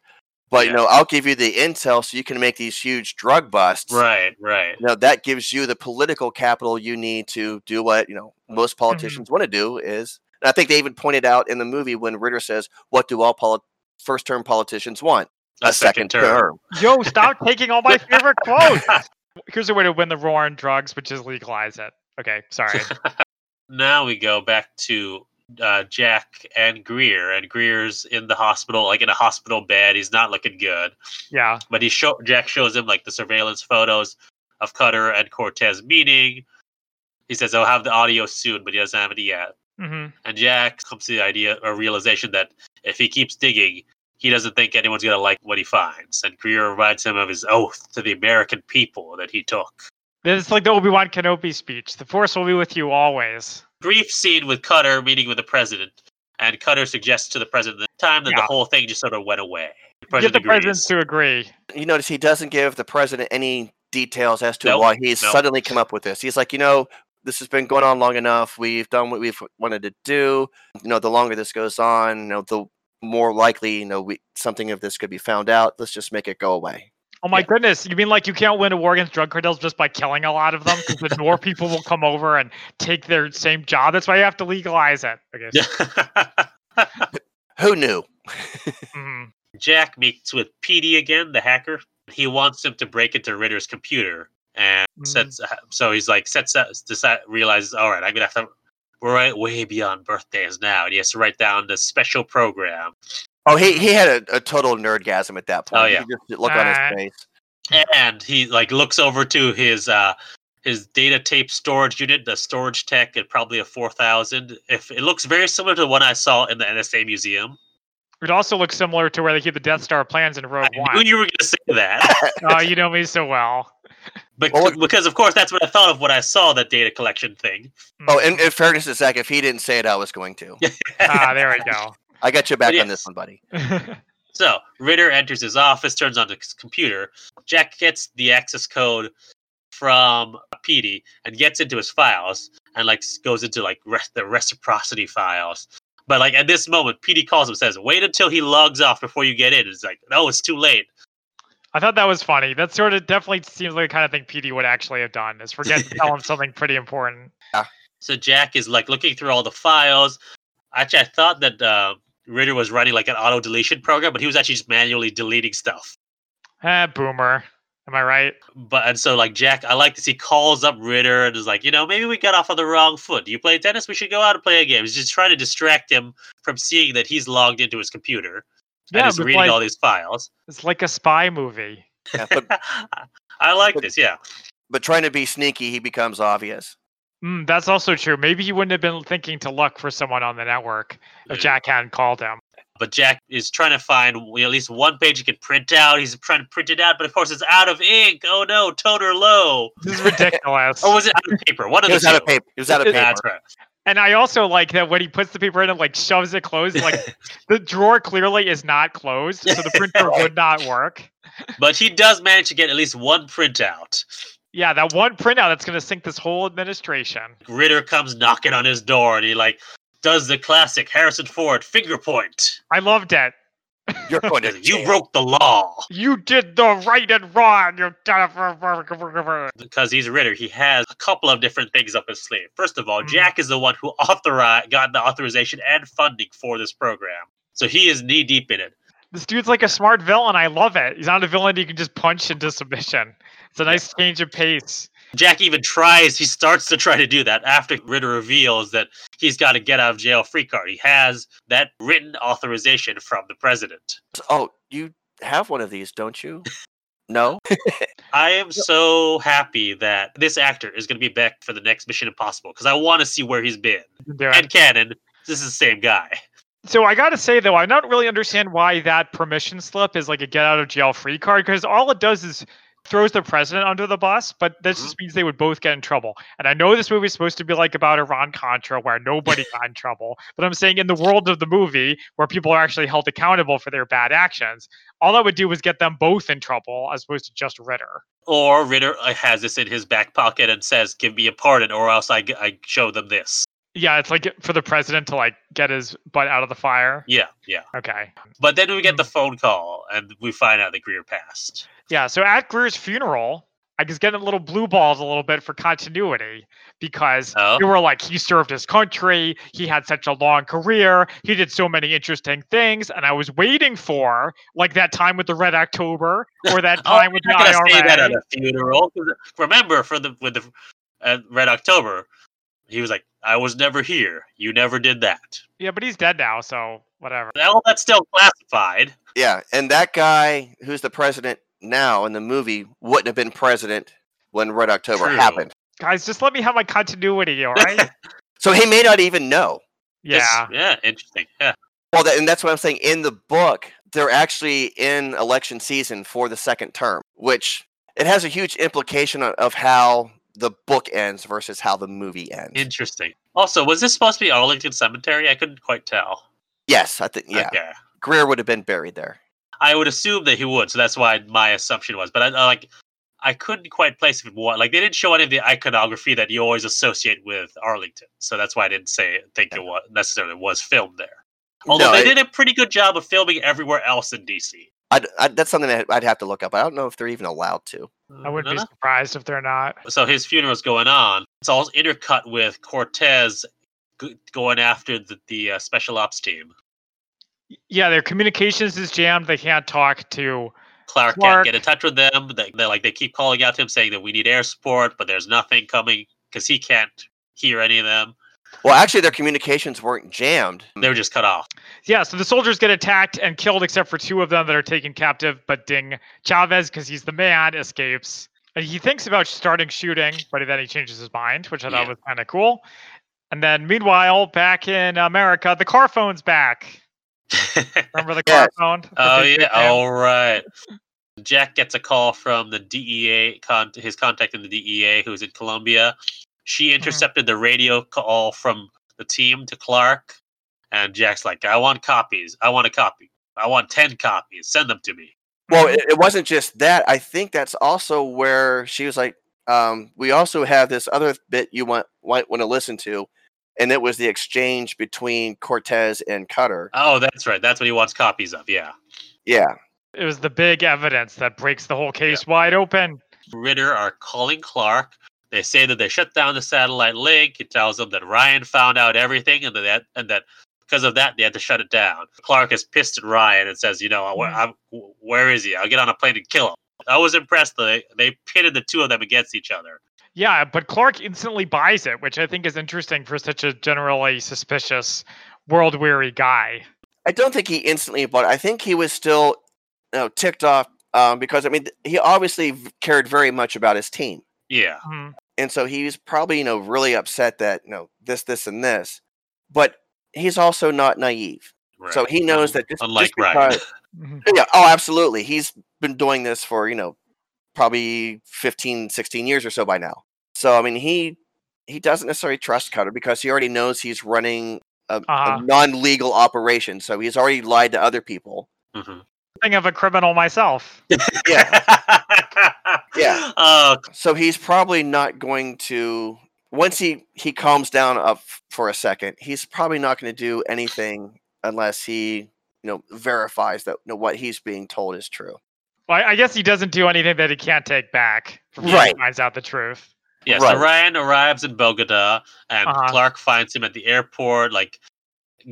C: but you
A: Yeah.
C: know, I'll give you the intel so you can make these huge drug busts.
A: Right, right.
C: You know, that gives you the political capital you need to do what, you know,
A: Mm-hmm.
C: most politicians want to do is and I think they even pointed out in the movie when Ritter says, What do all polit- first term politicians want?
A: A, second, term.
B: Yo, stop taking all my favorite quotes. Here's a way to win the war on drugs, which is legalize it. Okay, sorry.
A: Now we go back to uh, Jack and Greer, and Greer's in the hospital, like in a hospital bed. He's not looking good.
B: Yeah.
A: but he show Jack shows him like the surveillance photos of Cutter and Cortez meeting. He says, "I'll have the audio soon," but he doesn't have it yet.
B: hmm
A: And Jack comes to the idea or realization that if he keeps digging, he doesn't think anyone's gonna like what he finds. And Greer reminds him of his oath to the American people that he took.
B: It's like the Obi Wan Kenobi speech. The Force will be with you always.
A: Brief scene with Cutter meeting with the president, and Cutter suggests to the president at the time that
B: Yeah.
A: the whole thing just sort of went away. The
B: Get the
A: agrees.
B: president to agree.
C: you notice he doesn't give the president any details as to
A: Nope,
C: why he's
A: nope.
C: suddenly come up with this. He's like, you know, this has been going on long enough. We've done what we've wanted to do. You know, the longer this goes on, you know, the more likely, you know, we, something of this could be found out. Let's just make it go away.
B: Oh my
A: Yeah.
B: goodness! You mean like you can't win a war against drug cartels just by killing a lot of them? Because then more people will come over and take their same job. That's why you have to legalize it. Okay.
C: Who knew?
B: Mhm.
A: Jack meets with PD again, the hacker. He wants him to break into Ritter's computer, and
B: Mm.
A: sets. So he's like sets up, decide, realizes, all right, I'm gonna have to. We're right way beyond birthdays now, and he has to write down the special program.
C: Oh, he he had a, a total nerdgasm at that point.
A: Oh,
C: You
A: yeah.
C: could just look on
B: Ah.
C: his face.
A: And he like looks over to his uh his data tape storage unit, the storage tech, at probably a four thousand. If it looks very similar to the one I saw in the NSA museum,
B: It also looks similar to where they keep the Death Star plans in Rogue
A: I knew
B: One.
A: you were gonna say that.
B: Oh, you know me so well.
A: Bec-
C: Well, what-
A: because of course that's what I thought of when I saw that data collection thing.
C: Oh, and in fairness to Zach, if he didn't say it, I was going to.
B: ah, there we go.
C: I got your back
A: yeah.
C: on this one, buddy.
A: So Ritter enters his office, turns on the c- computer. Jack gets the access code from PD and gets into his files and like s- goes into like re- the reciprocity files. But like at this moment, PD calls him, says, "Wait until he logs off before you get in." It's like, no, it's too late.
B: I thought that was funny. That sort of definitely seems like the kind of thing PD would actually have done is forget to tell him something pretty important.
A: So Jack is like looking through all the files. Actually, I thought that uh, Ritter was running like an auto deletion program, but he was actually just manually deleting stuff.
B: Eh, boomer. Am I right?
A: But and so like Jack, I like this. He calls up Ritter and is like, you know, maybe we got off on the wrong foot. Do you play tennis? We should go out and play a game. He's just trying to distract him from seeing that he's logged into his computer and is
B: but
A: reading
B: like,
A: all these files.
B: it's like a spy movie.
C: Yeah, but
A: I like
C: But-
A: this, yeah.
C: but trying to be sneaky, he becomes obvious.
B: Mm, that's also true. Maybe he wouldn't have been thinking to look for someone on the network if
A: Mm.
B: Jack hadn't called him.
A: But Jack is trying to find you know, at least one page he can print out. He's trying to print it out, but of course it's out of ink. Oh no, toner low.
B: This is ridiculous.
A: Or was it out of paper? One of
C: It was
A: the
C: out
A: two.
C: of paper. It was out of paper.
A: That's right.
B: And I also like that when he puts the paper in and like shoves it closed, like the drawer clearly is not closed, so the printer would not work.
A: But he does manage to get at least one printout.
B: Yeah, that one printout that's gonna sink this whole administration.
A: Ritter comes knocking on his door and he like does the classic Harrison Ford finger point.
B: I loved it.
C: You're going to
A: You
C: jail.
A: broke the law.
B: You did the right and wrong. You done it.
A: Because he's Ritter, he has a couple of different things up his sleeve. First of all,
B: Mhm.
A: Jack is the one who authorized, got the authorization and funding for this program. So he is knee deep in it.
B: This dude's like a smart villain. I love it. He's not a villain you can just punch into submission. It's a nice change of pace.
A: Jack even tries, he starts to try to do that after Ritter reveals that he's got a get out of jail free card. He has that written authorization from the president.
C: Oh, you have one of these, don't you? No.
A: I am so happy that this actor is going to be back for the next Mission Impossible because I want to see where he's been.
B: Do it.
A: And Cannon, this is the same guy.
B: So I gotta say though, I don't really understand why that permission slip is like a get out of jail free card because all it does is throws the president under the bus, but that
A: Mhm.
B: just means they would both get in trouble. And I know this movie is supposed to be like about Iran Contra where nobody got in trouble, but I'm saying in the world of the movie where people are actually held accountable for their bad actions, all that would do was get them both in trouble as opposed to just Ritter.
A: Or Ritter uh, has this in his back pocket and says, Give me a pardon, or else I, g- I show them this.
B: Yeah, it's like for the president to like get his butt out of the fire.
A: Yeah, yeah.
B: Okay.
A: But then we get the phone call and we find out that Greer passed.
B: Yeah, so at Greer's funeral, I was getting a little blue balls a little bit for continuity because
A: Oh.
B: they were like, he served his country, he had such a long career, he did so many interesting things, and I was waiting for like that time with the Red October or that
A: Oh,
B: time with the
A: You're not gonna say that at
B: IRA.
A: a funeral. 'cause uh, Remember, for the with the uh, Red October, he was like, "I was never here. You never did that."
B: Yeah, but he's dead now, so whatever.
A: All that's still classified.
C: yeah, and that guy who's the president now in the movie wouldn't have been president when Red October
A: True.
C: happened.
B: Guys, just let me have my continuity, all right?
C: So he may not even know.
A: It's-
B: yeah.
A: yeah, interesting. Yeah,
C: Well, that, and that's what I'm saying. In the book, they're actually in election season for the second term, which it has a huge implication o- of how the book ends versus how the movie ends.
A: interesting. Also, was this supposed to be Arlington Cemetery? I couldn't quite tell.
C: yes, I think. Yeah,
A: Okay.
C: Greer would have been buried there.
A: I would assume that he would, so that's why my assumption was. But I, I like, I couldn't quite place if it was like they didn't show any of the iconography that you always associate with Arlington, so that's why I didn't say think it was necessarily was filmed there. Although
C: No,
A: they
C: it-
A: did a pretty good job of filming everywhere else in DC.
C: I'd, i that's something that I'd have to look up. I don't know if they're even allowed to.
B: I wouldn't be
A: Uh,
B: surprised if they're not.
A: So his funeral's going on. It's all intercut with Cortez g- going after the, the uh, special ops team.
B: Yeah, their communications is jammed. They can't talk to
A: Clark,
B: Clark.
A: can't get in touch with them. They, they like they keep calling out to him saying that we need air support, but there's nothing coming because he can't hear any of them.
C: Well, actually, their communications weren't jammed.
A: They were just cut off.
B: Yeah, so the soldiers get attacked and killed, except for two of them that are taken captive. But Ding Chavez, because he's the man, escapes. And he thinks about starting shooting, but then he changes his mind, which I thought
A: Yeah.
B: was kind of cool. And then, meanwhile, back in America, the car phone's back. Remember the car
C: Yes.
B: phone? The
A: oh
B: big
A: yeah,
B: big man?
A: all right. Jack gets a call from the DEA, con- his contact in the E DEA, who's in Colombia. She intercepted the radio call from the team to Clark, and Jack's like, "I want copies. I want a copy. I want ten copies. Send them to me."
C: Well, it, it wasn't just that. I think that's also where she was like, um, "We also have this other bit you want might want to listen to," and it was the exchange between Cortez and Cutter.
A: Oh, that's right. That's what he wants copies of. Yeah.
C: Yeah,
B: It was the big evidence that breaks the whole case wide open.
A: Ritter are calling Clark. They say that they shut down the satellite link. He tells them that Ryan found out everything and that and that because of that they had to shut it down. Clark is pissed at Ryan and says, "You know, where, I'm, where is he? I'll get on a plane and kill him." I was impressed that they, they pitted the two of them against each other.
B: Yeah, but Clark instantly buys it, which I think is interesting for such a generally suspicious, world weary guy.
C: I don't think he instantly bought. it. I think he was still, you know, ticked off um, because I mean th- he obviously v- cared very much about his team,
A: Yeah,
B: Mhm.
C: and so he was probably you know really upset that you know this this and this, but he's also not naive.
A: Right.
C: So he knows that just,
A: Unlike
C: just
A: Ryan.
C: because-
B: Mm-hmm.
C: yeah, oh, absolutely. He's been doing this for, you know, probably 15, 16 years or so by now. So, I mean, he he doesn't necessarily trust Cutter because he already knows he's running a,
B: Uh-huh.
C: a non-legal operation. So he's already lied to other people.
A: Mhm.
B: Thing of a criminal myself.
C: Yeah. Yeah.
A: Uh,
C: so he's probably not going to once he he calms down up for a second. He's probably not going to do anything unless he, you know, verifies that you know, what he's being told is true.
B: Well, I I guess he doesn't do anything that he can't take back. from when
C: Right.
B: He finds out the truth.
A: yeah.
C: Right.
A: So Ryan arrives in Belgada, and
B: Uh-huh.
A: Clark finds him at the airport. Like,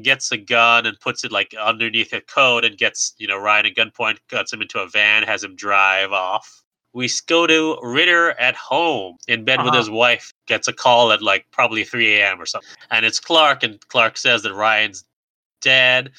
A: gets a gun and puts it like underneath a coat, and gets you know Ryan at gunpoint, cuts him into a van, has him drive off. We s- go to Ritter at home in bed with
B: Uh-huh.
A: his wife. Gets a call at like probably 3 a.m. or something, and it's Clark, and Clark says that Ryan's dead,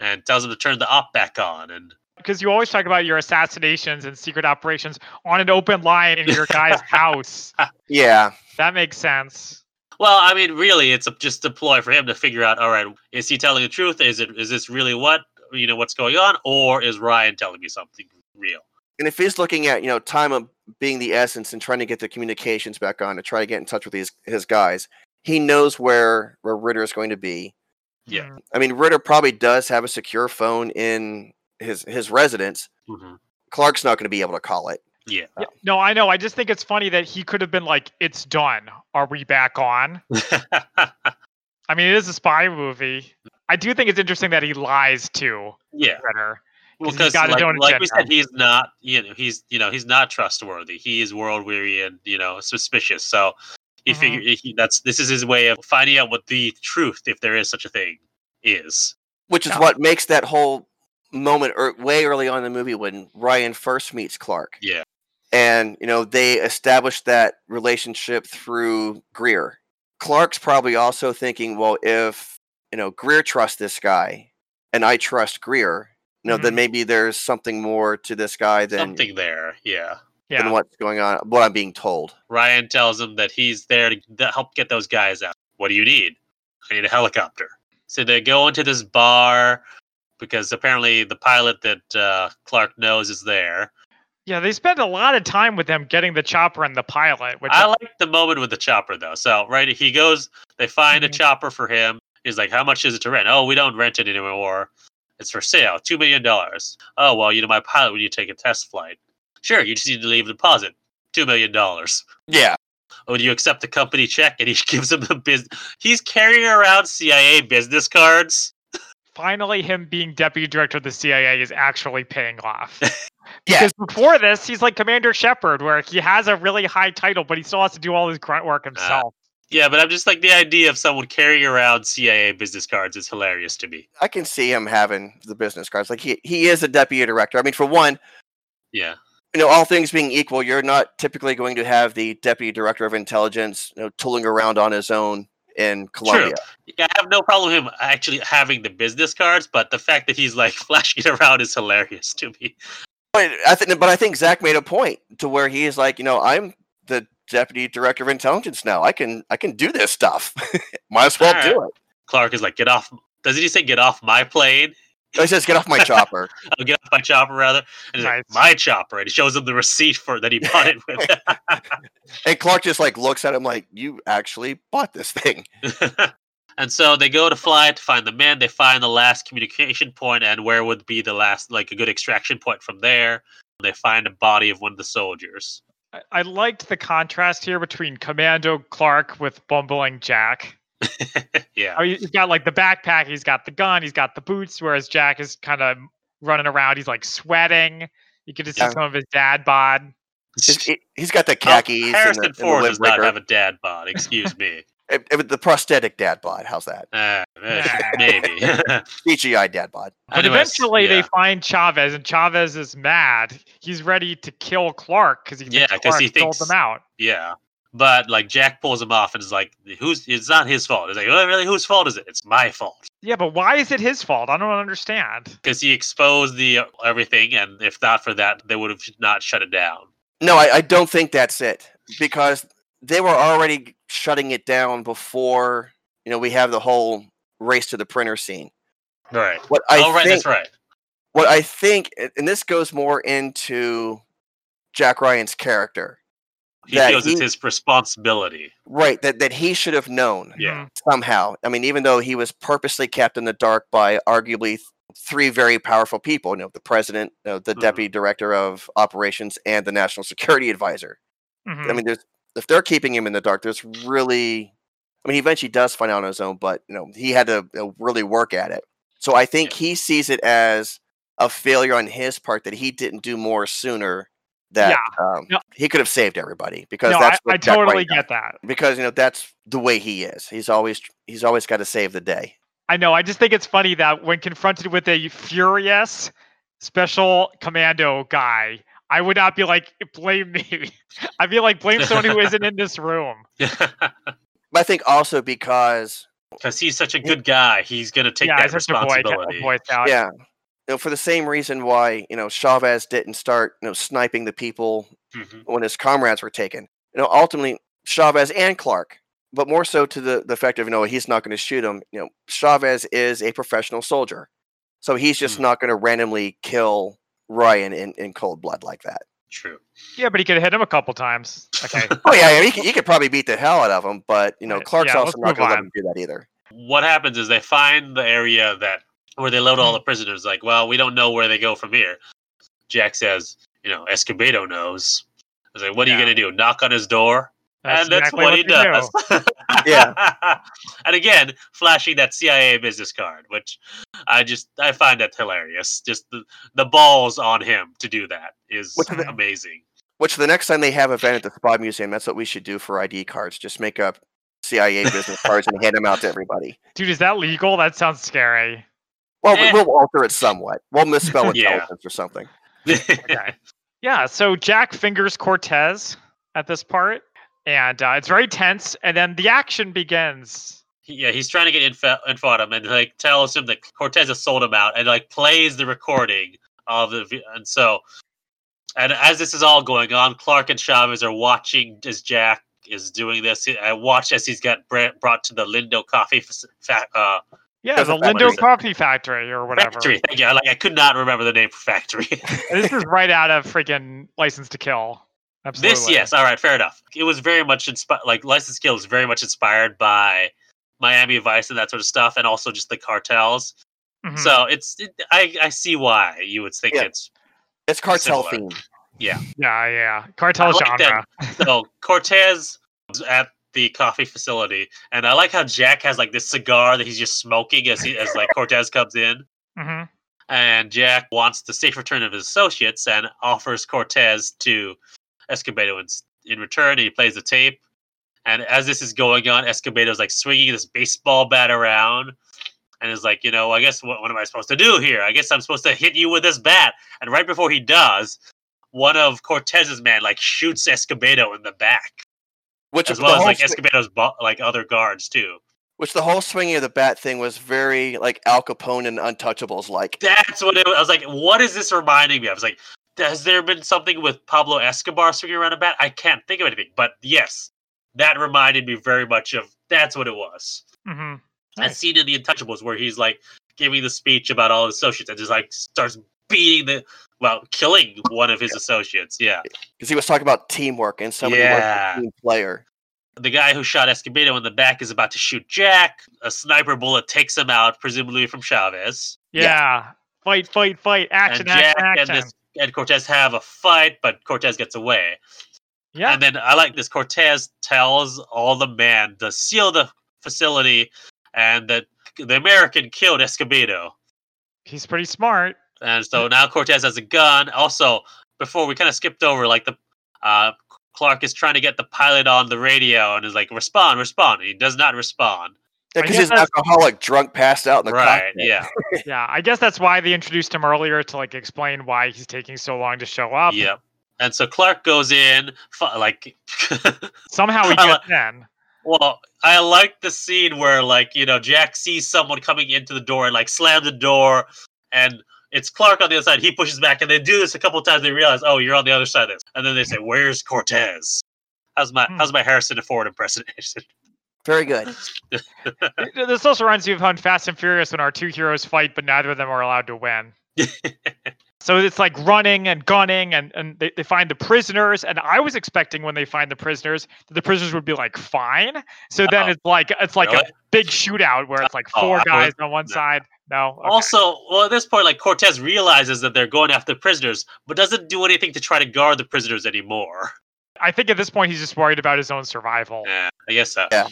A: and tells him to turn the op back on, and
B: Because you always talk about your assassinations and secret operations on an open line in your guy's house.
C: Yeah,
B: That makes sense.
A: Well, I mean, really, it's a, just a ploy for him to figure out. All right, is he telling the truth? Is it is this really what you know what's going on, or is Ryan telling me something real?
C: and if he's looking at you know time of being the essence and trying to get the communications back on to try to get in touch with these his guys, he knows where where Ritter is going to be.
A: Yeah.
B: Mm.
C: I mean, Ritter probably does have a secure phone in his his residence.
A: Mm-hmm.
C: Clark's not going to be able to call it.
A: Yeah.
B: Yeah, No, I know. I just think it's funny that he could have been like, "It's done. Are we back on?" I mean, it is a spy movie. I do think it's interesting that he lies to
A: yeah.
B: Ritter.
A: Well,
B: 'Cause
A: because
B: he's got his
A: like,
B: own
A: like we
B: agenda.
A: said, he's not you know he's you know he's not trustworthy. He is world weary and you know suspicious. So he
B: Mhm.
A: figure he, that's this is his way of finding out what the truth, if there is such a thing, is.
C: which is
B: Yeah.
C: what makes that whole moment er, way early on in the movie when Ryan first meets Clark.
A: Yeah.
C: And, you know, they establish that relationship through Greer. Clark's probably also thinking, well, if, you know, Greer trusts this guy and I trust Greer, you know, then
B: Mhm.
C: maybe there's something more to this guy than,
A: Something there. Yeah.
B: Yeah.
C: than what's going on, what I'm being told.
A: Ryan tells him that he's there to to help get those guys out. What do you need? I need a helicopter. So they go into this bar because apparently the pilot that uh, Clark knows is there.
B: yeah. They spend a lot of time with him getting the chopper and the pilot, which
A: I like the moment with the chopper though. So right, he goes. They find a
B: Mhm.
A: chopper for him. He's like, "How much is it to rent?" Oh, we don't rent it anymore. It's for sale, two million dollars. Oh well, you know my pilot. We need to take a test flight. Sure, you just need to leave a deposit, two million dollars.
C: Yeah.
A: Oh, do you accept the company check? And he gives him the business. He's carrying around CIA business cards.
B: finally him being deputy director of the CIA is actually paying off.
C: Yeah.
B: Because before this, he's like Commander Shepard, where he has a really high title, but he still has to do all his grunt work
C: Uh.
B: himself.
A: Yeah, but I'm just like the idea of someone carrying around CIA business cards is hilarious to me.
C: I can see him having the business cards. Like he, he is a deputy director. I mean, for one,
A: Yeah,
C: you know, all things being equal, you're not typically going to have the deputy director of intelligence, you know, tooling around on his own in Colombia.
A: yeah. I have no problem with him actually having the business cards, but the fact that he's like flashing it around is hilarious to me.
C: But I think, but I think Zach made a point to where he is like, you know, I'm the deputy director of intelligence now. I can, I can do this stuff. Might as well do it.
A: Clark is like, "Get off!" Doesn't he say, "Get off my plane"?
C: So he says, "Get off my chopper."
A: Oh, get off my chopper, rather. And he's like,
B: Nice.
A: my chopper, and he shows him the receipt for that he bought it with.
C: And Clark just like looks at him like, "You actually bought this thing."
A: and so they go to fly to find the men. They find the last communication point and where would be the last, like a good extraction point from there. They find a body of one of the soldiers.
B: I-, I liked the contrast here between Commando Clark with bumbling Jack.
A: yeah.
B: I mean, he's got like the backpack, he's got the gun, he's got the boots, whereas Jack is kind of running around. He's like sweating. You could just
C: Yeah.
B: see some of his dad bod.
C: He's- he- he's got the
A: Oh,
C: khakis and the,
A: Harrison
C: and the
A: Ford does
C: windbreaker.
A: not have a dad bod. Excuse me.
C: Eh, eh, the prosthetic dad bod. How's that?
A: Uh, eh,
B: Nah.
A: maybe.
C: CGI dad bod.
B: But
A: Anyways,
B: eventually
A: yeah.
B: they find Chavez, and Chavez is mad. He's ready to kill Clark because he
A: Yeah,
B: thinks
A: 'cause
B: Clark
A: he
B: sold
A: thinks-
B: them out.
A: Yeah. But like Jack pulls him off and is like, "Who's? It's not his fault." He's like, "Oh, really? Whose fault is it? It's my fault."
B: Yeah, but why is it his fault? I don't understand.
A: Because he exposed the uh, everything, and if not for that, they would have not shut it down.
C: No, I, I don't think that's it because they were already shutting it down before you know we have the whole race to the printer scene.
A: Right.
C: What I
A: oh, right. That's
C: think,
A: right.
C: what I think, and this goes more into Jack Ryan's character,
A: He
C: that
A: feels it's
C: he-
A: his responsibility.
C: right? That that he should have known
A: Yeah.
C: somehow. I mean, even though he was purposely kept in the dark by arguably th- three very powerful people, you know, the president, you know, the
A: Mhm.
C: deputy director of operations, and the national security advisor.
B: Mhm.
C: I mean, there's if they're keeping him in the dark, there's really, I mean, he eventually does find out on his own, but you know, he had to you know, really work at it. So I think
A: Yeah.
C: he sees it as a failure on his part that he didn't do more sooner. That um,
B: No.
C: he could have saved everybody because
B: no, I,
C: that's what
B: I
C: Jack Ryan
B: totally
C: does.
B: get that.
C: because you know that's the way he is. He's always he's always got to save the day.
B: I know. I just think it's funny that when confronted with a furious special commando guy, I would not be like, blame me. I'd be like, blame someone who isn't in this room.
A: Because
C: But I think also because
A: he's such a good guy, he's gonna take
B: yeah,
A: that
B: it's such a boy, a
A: responsibility.
B: boy scout.
C: yeah, you know, for the same reason why you know Chavez didn't start you know sniping the people
A: Mhm.
C: when his comrades were taken. You know, ultimately Chavez and Clark, but more so to the, the fact of you know he's not going to shoot him. You know, Chavez is a professional soldier, so he's just
A: Hmm.
C: not going to randomly kill Ryan in, in cold blood like that.
A: True.
B: Yeah, but he could hit him a couple times. Okay.
C: Oh yeah, I mean, he, could, he could probably beat the hell out of him, but you know
B: Right,
C: Clark's
B: yeah,
C: also
B: let's move
C: not going to let
B: on.
C: him do that either.
A: What happens is they find the area that where they load all the prisoners. Like, well, we don't know where they go from here. Jack says, you know, Escobedo knows. I was like, what are
B: Yeah.
A: you gonna do? Knock on his door? and that's
B: exactly
A: what, he
B: they do.
A: does. yeah. And again, flashing that CIA business card, which I just I find that hilarious. Just the, the balls on him to do that is
C: Which
B: is-
A: amazing.
C: Which the next time they have an event at the Spy Museum, that's what we should do for ID cards. Just make up CIA business cards and hand them out to everybody.
B: Dude, is that legal? That sounds scary.
C: Well,
A: Eh.
C: we'll alter it somewhat. We'll misspell
A: Yeah.
C: intelligence or something.
B: Okay. yeah, so Jack fingers Cortez at this part, and uh, it's very tense, and then the action begins.
A: yeah, he's trying to get info, info on him and like tells him that Cortez has sold him out and like plays the recording of the vi- and so and as this is all going on, Clark and Chavez are watching as Jack is doing this. He- I watch as he's got br- brought to the Lindo Coffee fac- fa- uh,
B: Yeah,
C: There's
B: the
C: a factory.
B: Lindo Coffee Factory or whatever.
A: factory. Thank you. I, Like I could not remember the name for factory.
B: this is right out of freaking License to Kill. Absolutely.
A: This, yes, all right, fair enough. It was very much inspired, like License to Kill is very much inspired by Miami Vice and that sort of stuff, and also just the cartels.
B: Mhm.
A: So it's, it, I, I see why you would think
C: Yeah.
A: it's
C: It's cartel
A: Similar.
C: themed.
B: yeah, yeah, cartel
A: I like
B: genre.
A: so. Cortez was at the coffee facility, and I like how Jack has like this cigar that he's just smoking as he, as like Cortez comes in,
B: hmm
A: and Jack wants the safe return of his associates and offers Cortez to Escobedo in, in return. And he plays the tape. And as this is going on, Escobedo's like swinging this baseball bat around and is like, you know, I guess what, what am I supposed to do here? I guess I'm supposed to hit you with this bat. And right before he does, one of Cortez's men like shoots Escobedo in the back,
C: Which
A: as
C: the
A: well as
C: whole
A: like
C: swi-
A: Escobedo's bo- like other guards too.
C: which the whole swinging of the bat thing was very like Al Capone and Untouchables like.
A: That's what it was. I was like, what is this reminding me of? I was like, has there been something with Pablo Escobar swinging around a bat? I can't think of anything, but yes, that reminded me very much of that's what it was.
B: hmm
A: That
B: Nice.
A: scene in The Untouchables where he's like giving the speech about all his associates and just like starts beating the, well, killing one of his associates. Yeah.
C: Because he was talking about teamwork and somebody was
A: Yeah.
C: a team player.
A: The guy who shot Escobedo in the back is about to shoot Jack. A sniper bullet takes him out, presumably from Chavez.
B: Yeah. fight, fight, fight, action,
A: and Jack
B: action, action.
A: and this and Cortez have a fight, but Cortez gets away.
B: yeah,
A: And then I like this. Cortez tells all the men to seal the facility, and that the American killed Escobedo.
B: he's pretty smart.
A: And so now Cortez has a gun. Also, before we kind of skipped over, like the uh, Clark is trying to get the pilot on the radio and is like, "Respond, respond." He does not respond.
B: I
C: Because
B: guess
C: he's an
B: that's-
C: alcoholic, drunk, passed out in the
A: right?
C: cockpit.
A: Yeah.
B: yeah, I guess that's why they introduced him earlier to like explain why he's taking so long to show up.
A: Yep. And so Clark goes in, fu- like
B: Somehow he
A: I
B: gets in.
A: Well, I like the scene where like, you know, Jack sees someone coming into the door and like slam the door and it's Clark on the other side. He pushes back and they do this a couple times. They realize, oh, you're on the other side of this. And then they say, Where's Cortez? How's my
B: Hmm.
A: how's my Harrison Ford impersonation?
C: Very good.
B: This also reminds me of how in Fast and Furious when our two heroes fight, but neither of them are allowed to win. so it's like running and gunning, and, and they, they find the prisoners. And I was expecting when they find the prisoners that the prisoners would be like fine. So then
A: Uh-oh.
B: it's like it's like
A: Really?
B: a big shootout where it's like
A: Oh,
B: four
A: I
B: guys
A: was-
B: on one
A: no.
B: side. No. okay.
A: Also, well, at this point, like Cortez realizes that they're going after prisoners, but doesn't do anything to try to guard the prisoners anymore.
B: I think at this point he's just worried about his own survival.
A: Yeah, I guess so.
C: Yeah.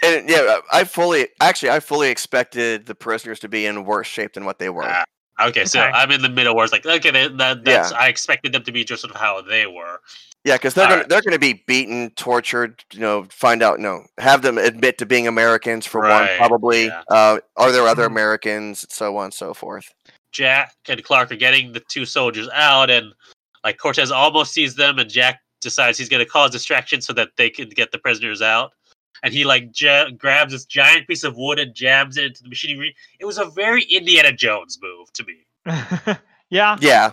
C: And yeah, I fully actually I fully expected the prisoners to be in worse shape than what they were.
A: Ah, Okay, so
B: Okay.
A: I'm in the middle where it's like, okay, that, that that's I expected them to be just sort of how they were.
C: Yeah, because they're
A: All
C: gonna,
A: right.
C: they're going to be beaten, tortured. You know, find out. No, have them admit to being Americans for
A: Right,
C: one, probably.
A: yeah.
C: Uh, are there other
B: Mhm.
C: Americans, so on and so forth.
A: Jack and Clark are getting the two soldiers out, and like Cortez almost sees them, and Jack decides he's going to cause distraction so that they can get the prisoners out. And he like ja- grabs this giant piece of wood and jams it into the machinery. It was a very Indiana Jones move to me.
B: yeah.
C: Yeah,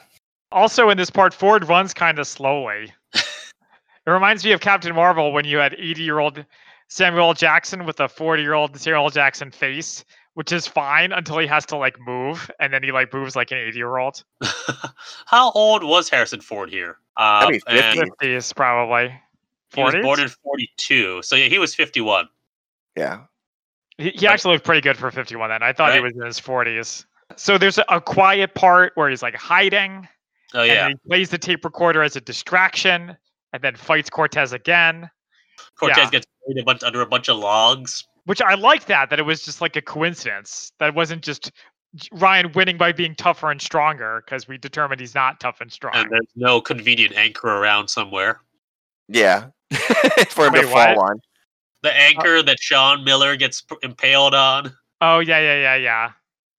B: Also, in this part, Ford runs kind of slowly. it reminds me of Captain Marvel when you had 80 year old Samuel L. Jackson with a 40 year old Samuel L. Jackson face, which is fine until he has to like move and then he like moves like an 80 year old.
A: How old was Harrison Ford here? Uh,
C: That'd be 50.
A: and
B: 50s probably.
A: He was
B: 40s?
A: born in 42, so yeah, he was 51.
C: yeah.
B: He, he actually looked pretty good for 51 then. I thought he
A: Right.
B: was in his 40s. So there's a, a quiet part where he's like hiding
A: Oh
B: and
A: yeah,
B: then he plays the tape recorder as a distraction and then fights Cortez again.
A: Cortez
B: yeah.
A: gets buried a bunch, under a bunch of logs.
B: which I like that that it was just like a coincidence that it wasn't just J- Ryan winning by being tougher and stronger because we determined he's not tough and strong.
A: and there's no convenient anchor around somewhere.
C: Yeah. For him
B: Wait,
C: to fall on.
A: The anchor that Sean Miller gets p- impaled on.
B: oh yeah, yeah, yeah, yeah,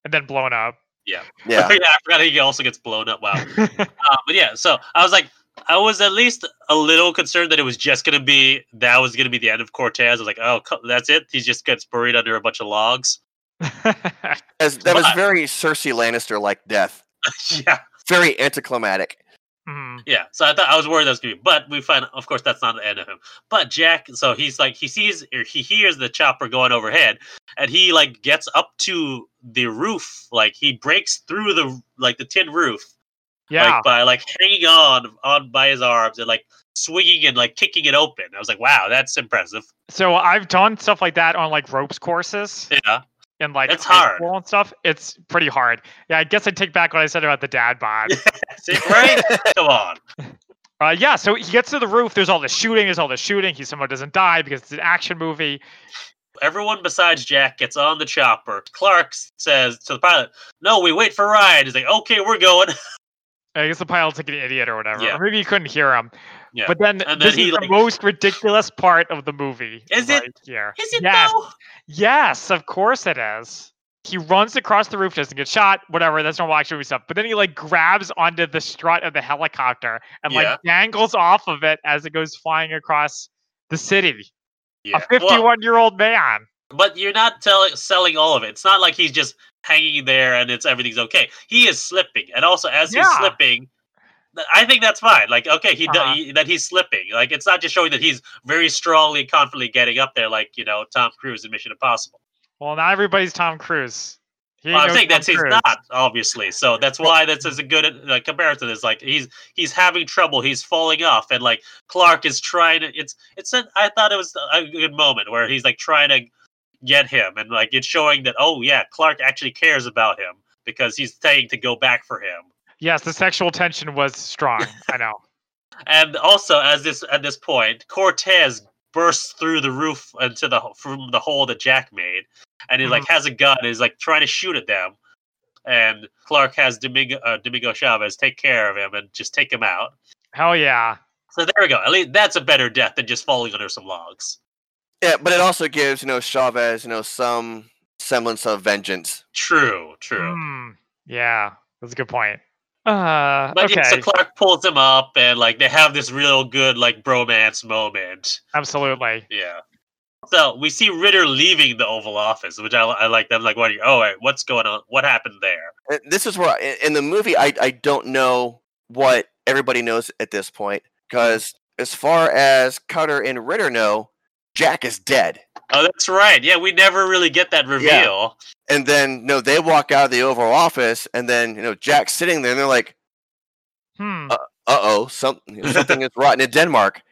B: and then blown up.
C: Yeah.
A: I forgot he also gets blown up. Wow. Uh, but yeah, so I was like, I was at least a little concerned that it was just going to be that was going to be the end of Cortez. I was like, oh, co- that's it. He just gets buried under a bunch of logs.
C: As, that was
A: But-
C: very Cersei Lannister like death.
A: yeah,
C: Very anticlimactic.
B: Mm.
A: yeah. So I thought I was worried that was going to be, but we find, of course, that's not the end of him. But Jack, so he's like, he sees or he hears the chopper going overhead, and he like gets up to the roof, like he breaks through the like the tin roof,
B: Yeah,
A: like by like hanging on on by his arms and like swinging and like kicking it open. I was like, wow, that's impressive.
B: so I've done stuff like that on like ropes courses
A: Yeah,
B: and like
A: That's
B: high
A: hard.
B: school and stuff. It's pretty hard. Yeah, I guess I take back what I said about the dad bod.
A: See, right? Come on.
B: Uh, yeah, so he gets to the roof. There's all the shooting. There's all the shooting. He somehow doesn't die because it's an action movie.
A: Everyone besides Jack gets on the chopper. Clark s- says to the pilot, "No, we wait for Ryan." He's like, "Okay, we're going."
B: I guess the pilot's like an idiot or whatever.
A: Yeah.
B: Or maybe you couldn't hear him.
A: Yeah.
B: But then,
A: And
B: this
A: then he,
B: is the
A: like-
B: most ridiculous part of the movie.
A: Is it-
B: right here?
A: Is it
B: Yes.
A: though?
B: Yes, of course it is. He runs across the roof, doesn't get shot, whatever, that's normal action movie stuff. But then he like grabs onto the strut of the helicopter and like dangles off of it as it goes flying across the city.
A: Yeah.
B: A
A: Well,
B: 51 year old man.
A: but you're not telling selling all of it. It's not like he's just hanging there and it's everything's okay. He is slipping, and also as he's
B: Yeah.
A: slipping, th- I think that's fine. Like okay, he, do-
B: Uh-huh.
A: he- that he's slipping. Like it's not just showing that he's very strongly and confidently getting up there, like you know Tom Cruise in Mission Impossible.
B: Well, not everybody's Tom Cruise. He ain't
A: Well, I'm
B: no
A: saying
B: Tom
A: that's he's
B: Cruise.
A: not obviously. So that's why this is a good uh, comparison. Is like he's he's having trouble. He's falling off, and like Clark is trying to. It's it's. An, I thought it was a good moment where he's like trying to get him, and like it's showing that oh yeah, Clark actually cares about him because he's saying to go back for him.
B: Yes, the sexual tension was strong. I know.
A: And also, as this at this point, Cortez bursts through the roof into the from the hole that Jack made, and he like has a gun. And he's like trying to shoot at them, and Clark has Domingo uh, Domingo Chavez take care of him and just take him out.
B: Hell yeah.
A: So there we go. At least that's a better death than just falling under some logs.
C: Yeah, but it also gives, you know, Chavez, you know, some semblance of vengeance.
A: True, true.
B: Hmm, yeah, that's a good point. Uh,
A: But
B: okay,
A: yeah, so Clark pulls him up, and like they have this real good like bromance moment.
B: absolutely.
A: Yeah. So we see Ritter leaving the Oval Office, which I, I like. I'm like, what? Oh, wait, what's going on? What happened there?
C: Uh, This is where I, in- in the movie I, I don't know what everybody knows at this point because as far as Cutter and Ritter know, Jack is dead.
A: Oh, that's right. Yeah, we never really get that reveal.
C: And then no, they walk out of the Oval Office, and then you know Jack's sitting there, and they're like,
B: Hmm.
C: "Uh oh, something something is rotten in Denmark,"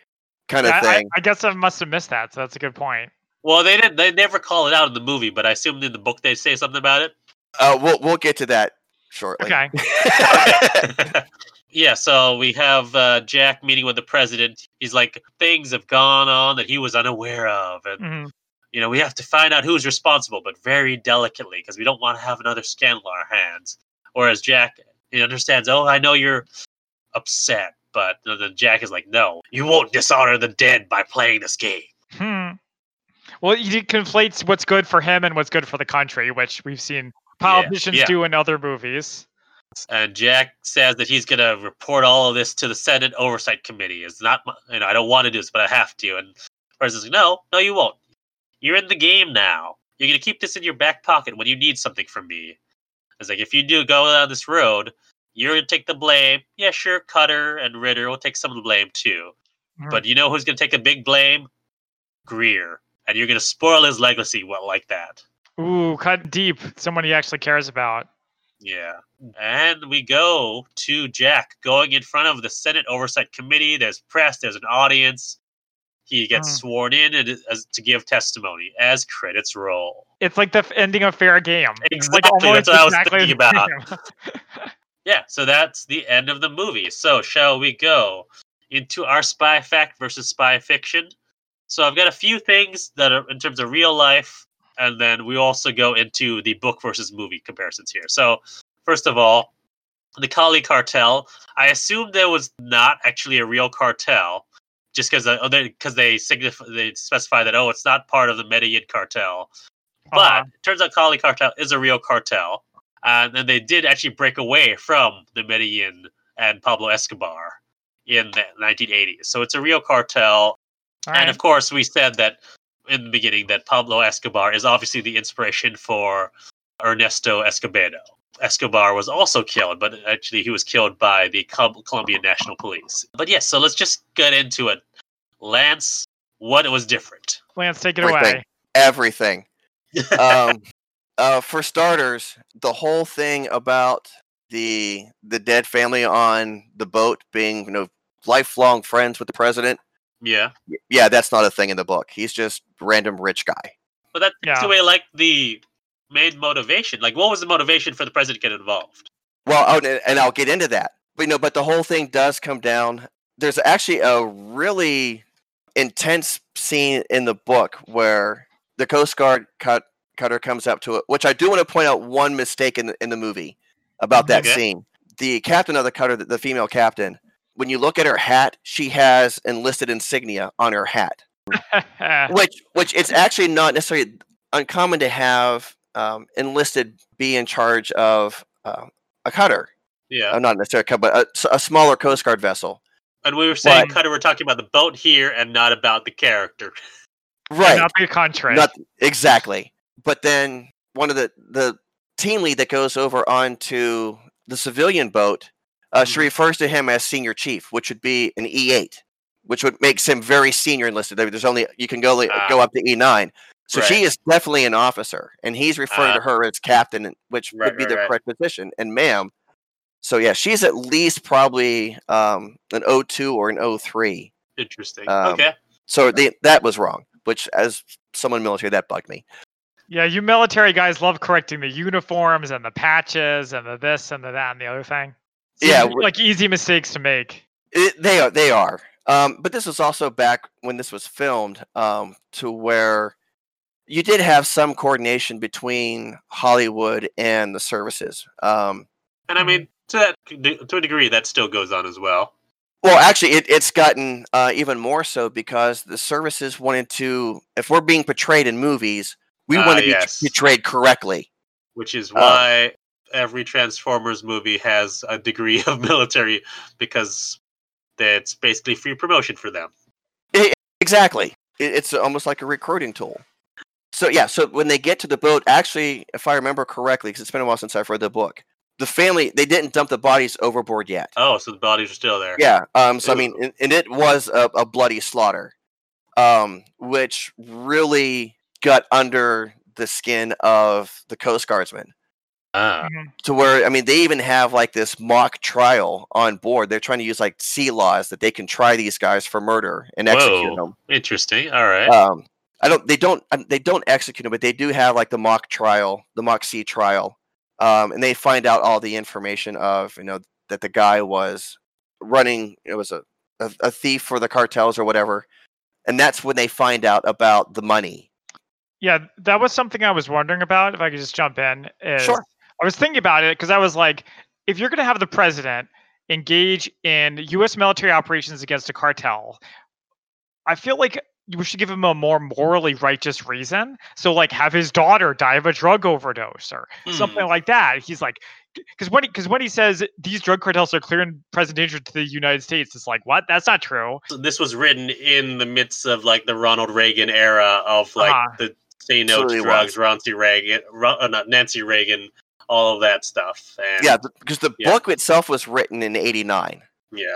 C: kind of
B: I, I-
C: thing.
B: I guess I must have missed that. So that's a good point.
A: Well, they didn't. They never call it out in the movie, but I assume in the book they say something about it.
C: uh, we'll we'll get to that shortly.
B: Okay.
A: yeah, so we have uh, Jack meeting with the president. He's like, things have gone on that he was unaware of. And,
B: Mhm.
A: you know, we have to find out who's responsible, but very delicately, because we don't want to have another scandal on our hands. Whereas Jack, he understands, oh, I know you're upset. But then Jack is like, no, you won't dishonor the dead by playing this game.
B: Hmm. Well, he conflates what's good for him and what's good for the country, which we've seen politicians
A: yeah.
B: do in other movies.
A: And Jack says that he's going to report all of this to the Senate Oversight Committee. It's not, my, you know, I don't want to do this, but I have to. And President's like, no, no, you won't. You're in the game now. You're going to keep this in your back pocket when you need something from me. It's like, if you do go down this road, you're going to take the blame. Yeah, sure, Cutter and Ritter will take some of the blame too.
B: Mhm.
A: But you know who's going to take the big blame? Greer. And you're going to spoil his legacy well, like that.
B: Ooh, cut deep. Someone he actually cares about.
A: Yeah. And we go to Jack going in front of the Senate Oversight Committee. There's press, there's an audience. He gets
B: Mm.
A: sworn in and, uh, as, to give testimony as credits roll.
B: It's like the f- ending of Fair Game. It's like
A: Exactly,
B: almost
A: that's what I was
B: exactly
A: thinking
B: the
A: about.
B: same.
A: Yeah, so that's the end of the movie. So, shall we go into our spy fact versus spy fiction? So, I've got a few things that are in terms of real life, and then we also go into the book versus movie comparisons here. So, first of all, the Kali cartel. I assume there was not actually a real cartel, just because because they signify they specify that oh, it's not part of the Medellin cartel. But
B: Uh-huh.
A: it turns out Kali cartel is a real cartel and then they did actually break away from the Medellin and Pablo Escobar in the 1980s. So it's a real cartel.
B: All
A: And
B: right.
A: of course, we said that in the beginning that Pablo Escobar is obviously the inspiration for Ernesto Escobedo. Escobar was also killed, but actually he was killed by the Col- Colombian National Police. But yes, so let's just get into it. Lance, what was different?
B: Lance, take it
C: Great thing.
B: away.
C: Everything. Um, uh, for starters, the whole thing about the the dead family on the boat being you know lifelong friends with the president.
A: Yeah.
C: Yeah, that's not a thing in the book. He's just random rich guy.
A: But that takes
B: Yeah.
A: away like the main motivation. Like what was the motivation for the president to get involved?
C: Well, oh, and- and I'll get into that. But no, but the whole thing does come down. There's actually a really intense scene in the book where the Coast Guard cut, cutter comes up to it, which I do want to point out one mistake in the, in the movie about that
A: Okay.
C: scene. The captain of the cutter, the, the female captain, when you look at her hat, she has enlisted insignia on her hat
B: Ah.
C: which which it's actually not necessarily uncommon to have um, enlisted be in charge of uh, a cutter,
A: Yeah.
C: uh, not necessarily a cutter, but a s- a, smaller Coast Guard vessel.
A: And we were saying,
C: Right.
A: Cutter, we're talking about the boat here and not about the character.
C: Right,
B: Not the contrary.
C: not exactly. But then one of the the team lead that goes over onto the civilian boat, uh, she
A: Mhm.
C: refers to him as senior chief, which would be an E eight, which would makes him very senior enlisted. There- There's only you can go li-
A: Ah.
C: go up to E nine. So she
A: Right. Ah.
C: is definitely an officer, and he's referring to her as captain, and- which
A: Right,
C: would be
A: right,
C: the
A: right.
C: correct position, and ma'am. So yeah, she's at least probably um, an O two or an O three.
A: Interesting.
C: Um,
A: okay.
C: So the, that was wrong. Which, as someone military, that bugged me.
B: yeah, you military guys love correcting the uniforms and the patches and the this and the that and the other thing. Seems
C: Yeah,
B: like-
C: we're-
B: like easy mistakes to make.
C: It, they are. They are. Um, but this was also back when this was filmed, um, to where you did have some coordination between Hollywood and the services. Um,
A: And I mean, to that to a degree, that still goes on as well.
C: well, actually, it, it's gotten uh, even more so because the services wanted to. If we're being portrayed in movies, we
A: Ah,
C: want to
A: yes.
C: be portrayed correctly.
A: Which
C: Oh.
A: is why every Transformers movie has a degree of military because that's basically free promotion for them.
C: Exactly. It, it's almost like a recruiting tool. So yeah, so when they get to the boat, actually, if I remember correctly, because it's been a while since I've read the book, the family they didn't dump the bodies overboard yet.
A: Oh, so the bodies are still there.
C: Yeah. Um. So I mean,
A: Ooh.
C: and, and it was a, a bloody slaughter, um, which really gut under the skin of the Coast Guardsmen
A: Ah,
C: to where I mean they even have like this mock trial on board. They're trying to use like sea laws that they can try these guys for murder and execute
A: Whoa.
C: them.
A: interesting. All right.
C: Um, I don't. They don't. um, They don't execute them, but they do have like the mock trial, the mock sea trial, um, and they find out all the information of you know that the guy was running. It was a a, a thief for the cartels or whatever, and that's when they find out about the money.
B: Yeah, that was something I was wondering about. If I could just jump in, is
C: Sure.
B: I was thinking about it because I was like, if you're going to have the president engage in U.S. military operations against a cartel, I feel like you should give him a more morally righteous reason. So, like, have his daughter die of a drug overdose or
A: Hmm.
B: something like that. He's like, because when because when he says these drug cartels are clear and present danger to the United States, it's like, what? That's not true.
A: So this was written in the midst of like the Ronald Reagan era of like
B: Uh-huh.
A: the say no
C: Absolutely
A: to drugs, Nancy Reagan, Ro- uh, not Nancy Reagan, all of that stuff. And
C: Yeah, th- because the
A: Yeah.
C: book itself was written in '89.
A: yeah.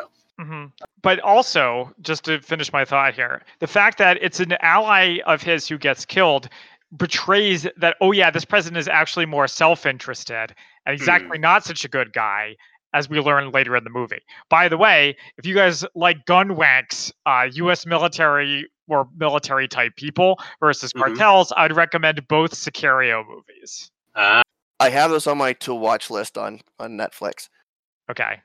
B: hmm But also, just to finish my thought here, the fact that it's an ally of his who gets killed betrays that, oh, yeah, this president is actually more self interested and he's
A: Hmm.
B: actually not such a good guy, as we learn later in the movie. By the way, if you guys like gun wanks, uh, U.S. military or military type people versus
A: Mhm.
B: cartels, I'd recommend both Sicario movies.
A: Ah,
C: I have those on my to watch list on on Netflix.
B: Okay.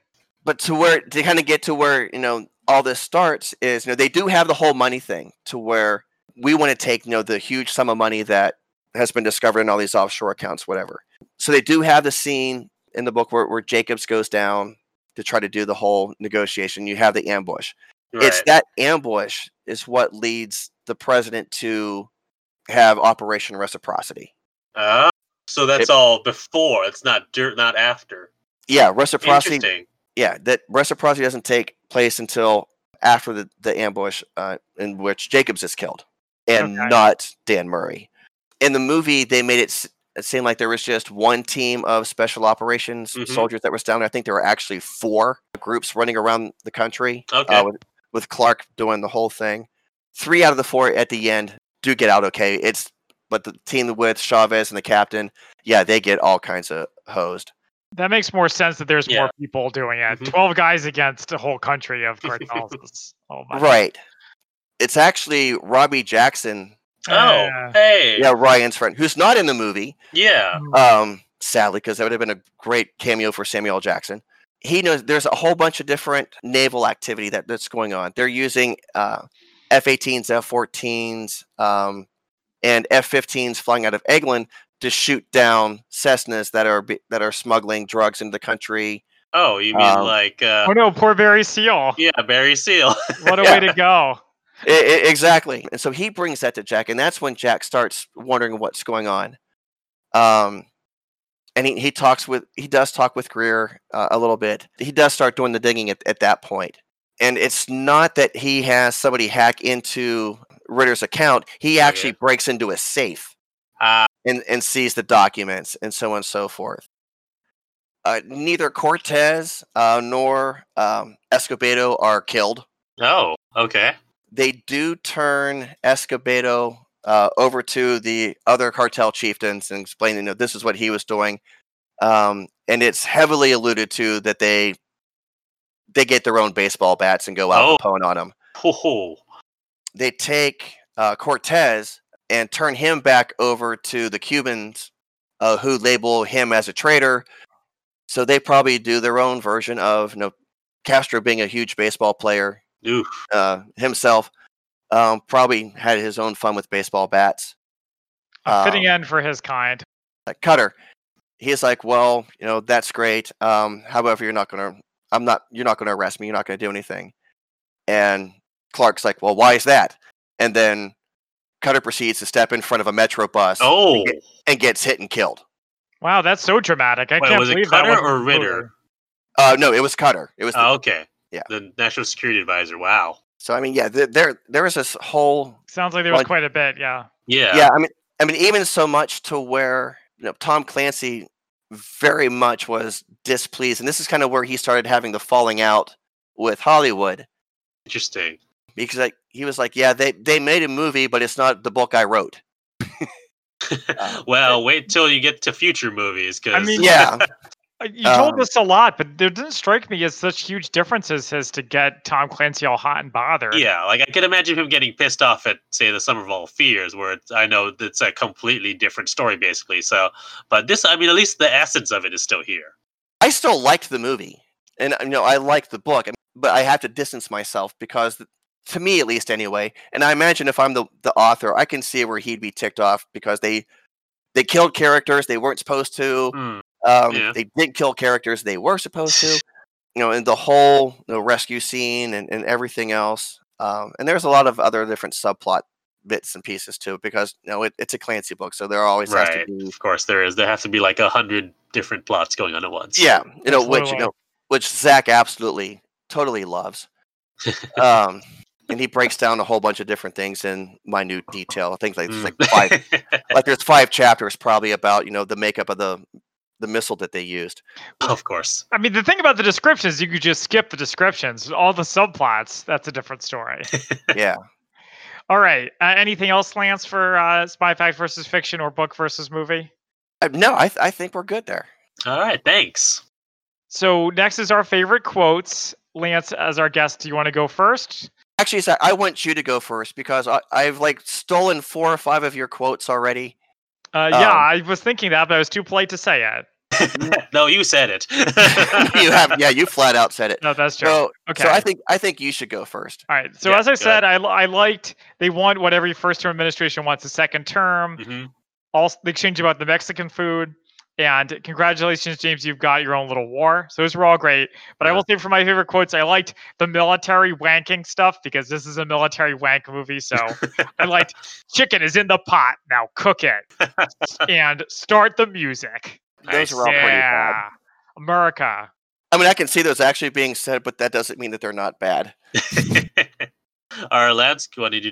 C: but to where to kind of get to where you know all this starts is you know they do have the whole money thing to where we want to take you know the huge sum of money that has been discovered in all these offshore accounts whatever so they do have the scene in the book where, where jacobs goes down to try to do the whole negotiation you have the ambush
A: right.
C: it's that ambush is what leads the president to have operation reciprocity
A: Ah, so that's all before. It's not dirt, not after.
C: yeah reciprocity
A: Interesting.
C: yeah, that reciprocity doesn't take place until after the, the ambush uh, in which Jacobs is killed and
B: Okay.
C: not Dan Murray. In the movie, they made it s- it seem like there was just one team of special operations
A: Mhm.
C: soldiers that was down there. I think there were actually four groups running around the country
A: Oh, Okay.
C: uh, with, with Clark doing the whole thing. Three out of the four at the end do get out okay. It's but the team with Chavez and the captain, yeah, they get all kinds of hosed.
B: That makes more sense that there's
A: Yeah.
B: more people doing it.
A: Mhm.
B: Twelve guys against a whole country of cartels. is- oh my!
C: Right. It's actually Robbie Jackson,
A: Oh,
B: Yeah.
A: hey.
C: yeah, Ryan's friend, who's not in the movie,
A: Yeah.
B: Mm.
C: um, sadly, because that would have been a great cameo for Samuel L. Jackson. He knows there's a whole bunch of different naval activity that, that's going on. They're using uh, F 18s, F 14s, um, and F 15s flying out of Eglin to shoot down Cessnas that are be- that are smuggling drugs into the country.
A: Oh, you mean
C: Um,
A: like uh,
B: Oh no, poor Barry Seal.
A: yeah, Barry Seal.
B: What a way to go.
C: I- I- E-, exactly. And so he brings that to Jack, and that's when Jack starts wondering what's going on. Um, and he, he talks with he does talk with Greer uh, a little bit. He does start doing the digging at, at that point. And it's not that he has somebody hack into Ritter's account. He
A: Okay.
C: actually breaks into a safe
A: Ah,
C: and, and sees the documents and so on and so forth. Uh, neither Cortez uh, nor um, Escobedo are killed
A: oh, okay.
C: they do turn Escobedo uh, over to the other cartel chieftains and explain, you know, this is what he was doing. Um, and it's heavily alluded to that they they get their own baseball bats and go out
A: Oh.
C: Capone on him.
A: Oh,
C: They take uh, Cortez and turn him back over to the Cubans, uh, who label him as a traitor. So they probably do their own version of you know, Castro being a huge baseball player
A: oof.
C: uh, himself um, probably had his own fun with baseball bats.
B: A fitting
C: Um,
B: end for his kind.
C: Like Cutter, he's like, well, you know, that's great. Um, however, you're not gonna, I'm not, you're not gonna arrest me. You're not gonna do anything. And Clark's like, well, why is that? And then Cutter proceeds to step in front of a metro bus
A: Oh,
C: and gets hit and killed.
B: Wow, that's so dramatic. I
A: Wait,
B: can't
A: was it
B: believe
A: Cutter
B: that. wasn't
A: or
B: included.
A: Ritter?
C: Uh, no, it was Cutter. It was the-
A: oh, okay.
C: Yeah.
A: The National Security Advisor. Wow.
C: so. I mean, yeah, th- there there was this whole
B: Sounds like there was
C: Like-
B: quite a bit. Yeah.
A: Yeah.
C: yeah i mean i mean even so much to where you know tom clancy very much was displeased and this is kind of where he started having the falling out with hollywood
A: Interesting.
C: because like he was like yeah they they made a movie but it's not the book i wrote Uh,
A: well, wait till you get to future movies because
B: mean,
C: yeah,
B: Uh, You told
C: Um,
B: us a lot, but there didn't strike me as such huge differences as to get Tom Clancy all hot and bothered.
A: Yeah, like I could imagine him getting pissed off at, say, the Summer of All Fears, where it's, I know it's a completely different story, basically. So, but this, I mean, at least the essence of it is still here.
C: I still liked the movie, and you know I liked the book, but I have to distance myself because, th- to me at least, anyway. And I imagine if I'm the the author, I can see where he'd be ticked off because they they killed characters they weren't supposed to.
A: Hmm.
C: Um,
A: Yeah.
C: They did kill characters they were supposed to. You know, and the whole you know, rescue scene and, and everything else. Um, and there's a lot of other different subplot bits and pieces too, because you know it, it's a Clancy book, so there always has to
A: Right.
C: be
A: Of course, there is. There has to be like a hundred different plots going on at once.
C: yeah, you know which you
B: Absolutely.
C: know which Zach absolutely totally loves. um, and he breaks down a whole bunch of different things in minute detail. Things like there's
A: Mm.
C: like five, like there's five chapters probably about you know the makeup of the the missile that they used.
A: of course.
B: I mean, the thing about the descriptions, you could just skip the descriptions. All the subplots, that's a different story.
C: Yeah.
B: All right. Uh, anything else, Lance, for uh, Spy Fact versus Fiction or book versus movie?
C: I, no, I th- I think we're good there.
A: All right. Thanks.
B: So next is our favorite quotes. Lance, as our guest, do you want to go first?
C: Actually, Zach, I want you to go first because I, I've like stolen four or five of your quotes already.
B: Uh, yeah,
C: Um,
B: I was thinking that, but I was too polite to say it.
A: no, you said it.
C: you have, yeah, you flat out said it.
B: No, that's true.
C: So,
B: okay.
C: so I think I think you should go first.
B: All right. So
A: Yeah,
B: as I
A: go
B: said, I, li- I liked they want what every first-term administration wants a second term.
A: Mhm.
B: Also, the exchange about the Mexican food, and congratulations, James, you've got your own little war. So those were all great. But I
A: Yeah.
B: will say for my favorite quotes, I liked the military wanking stuff because this is a military wank movie. So I liked chicken is in the pot now, cook it, and start the music.
C: Those
A: Nice.
C: were all pretty bad.
B: Yeah, America.
C: I mean, I can see those actually being said, but that doesn't mean that they're not bad.
A: All right, lads. Why did you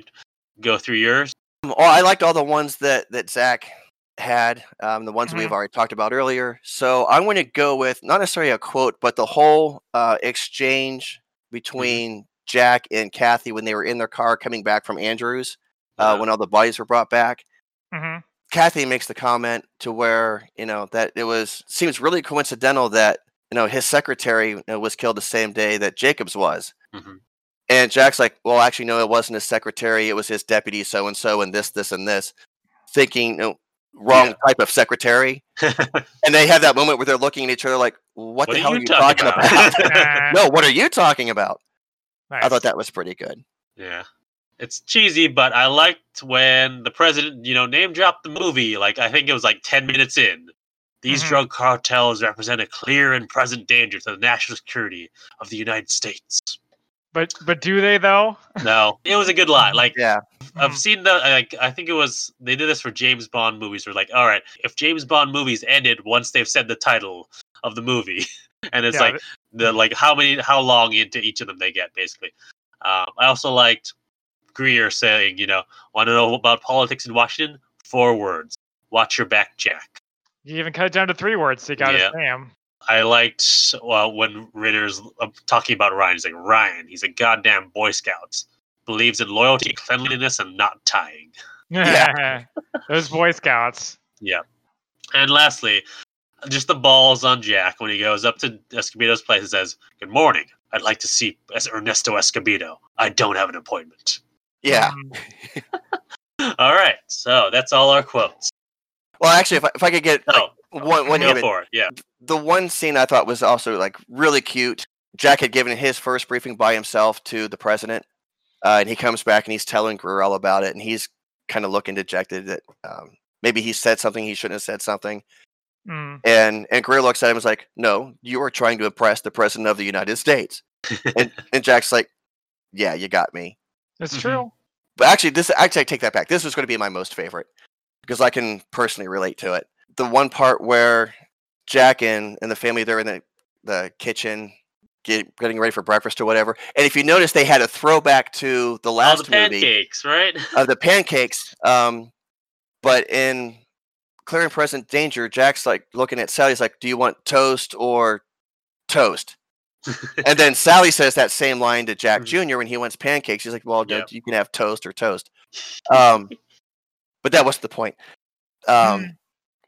A: go through yours?
C: Um, Oh, I liked all the ones that that Zach had, um, the ones that
B: Mhm.
C: we've already talked about earlier. So I'm going to go with not necessarily a quote, but the whole uh, exchange
B: Mm-hmm.
C: between Jack and Kathy when they were in their car coming back from Andrews uh,
A: Uh,
C: when all the bodies were brought back.
B: hmm
C: Kathy makes the comment to where you know that it was seems really coincidental that you know his secretary you know, was killed the same day that Jacobs was.
A: Mhm.
C: And Jack's like, well, actually, no, it wasn't his secretary. It was his deputy, so and so, and this, this, and this, thinking you know, wrong
A: Yeah.
C: type of secretary. and they have that moment where they're looking at each other like,
A: What
C: what, the
A: are
C: hell
A: you
C: are you
A: talking
C: talking about?
B: Uh,
C: no, what are you talking about? I
B: nice.
C: thought that was pretty good.
A: Yeah. It's cheesy, but I liked when the president, you know, name dropped the movie. Like, I think it was like 10 minutes in. These
B: Mhm.
A: drug cartels represent a clear and present danger to the national security of the United States.
B: But but do they though? Mm-hmm.
A: No, it was a good lot. Like,
C: Yeah.
A: I've seen the, like, I think it was, they did this for James Bond movies. Were like, all right, if James Bond movies ended once they've said the title of the movie, and it's
B: Yeah,
A: like, the like how many how long into each of them they get basically. Um, I also liked Greer saying, you know, want to know about politics in Washington? Four words: watch your back, Jack.
B: You even cut it down to three words. So you got
A: Yeah.
B: his name.
A: I liked well when Ritter's uh, talking about Ryan. He's like, Ryan, he's a goddamn Boy Scout, believes in loyalty, cleanliness, and not tying.
C: Yeah.
B: Those Boy Scouts.
A: And lastly, just the balls on Jack when he goes up to Escobedo's place and says, "Good morning. I'd like to see Ernesto Escobedo. I don't have an appointment."
C: Yeah.
B: Mm,
A: All right, so that's all our quotes.
C: Well, actually, if I, if I could get like,
A: Oh,
C: one, one
A: go
C: given,
A: for it. Yeah.
C: the one scene I thought was also like really cute. Jack had given his first briefing by himself to the president, uh, and he comes back and he's telling Greer all about it, and he's kind of looking dejected that um, maybe he said something he shouldn't have said something,
B: mm.
C: and and Greer looks at him and is like, "No, you are trying to impress the president of the United States," and and Jack's like, "Yeah, you got me."
B: It's
A: Mhm.
B: true.
C: But actually, this actually I take that back. This was going to be my most favorite because I can personally relate to it. The one part where Jack and, and the family they're in the, the kitchen get, getting ready for breakfast or whatever. And if you notice, they had a throwback to the
A: All
C: last
A: the
C: movie
A: pancakes, right?
C: of the pancakes. Um, but in Clear and Present Danger, Jack's like looking at Sally. He's like, "Do you want toast or toast?" and then Sally says that same line to Jack Jr. when he wants pancakes. She's like, "Well, no,
A: Yeah.
C: you can have toast or toast." Um, but that was the point. um,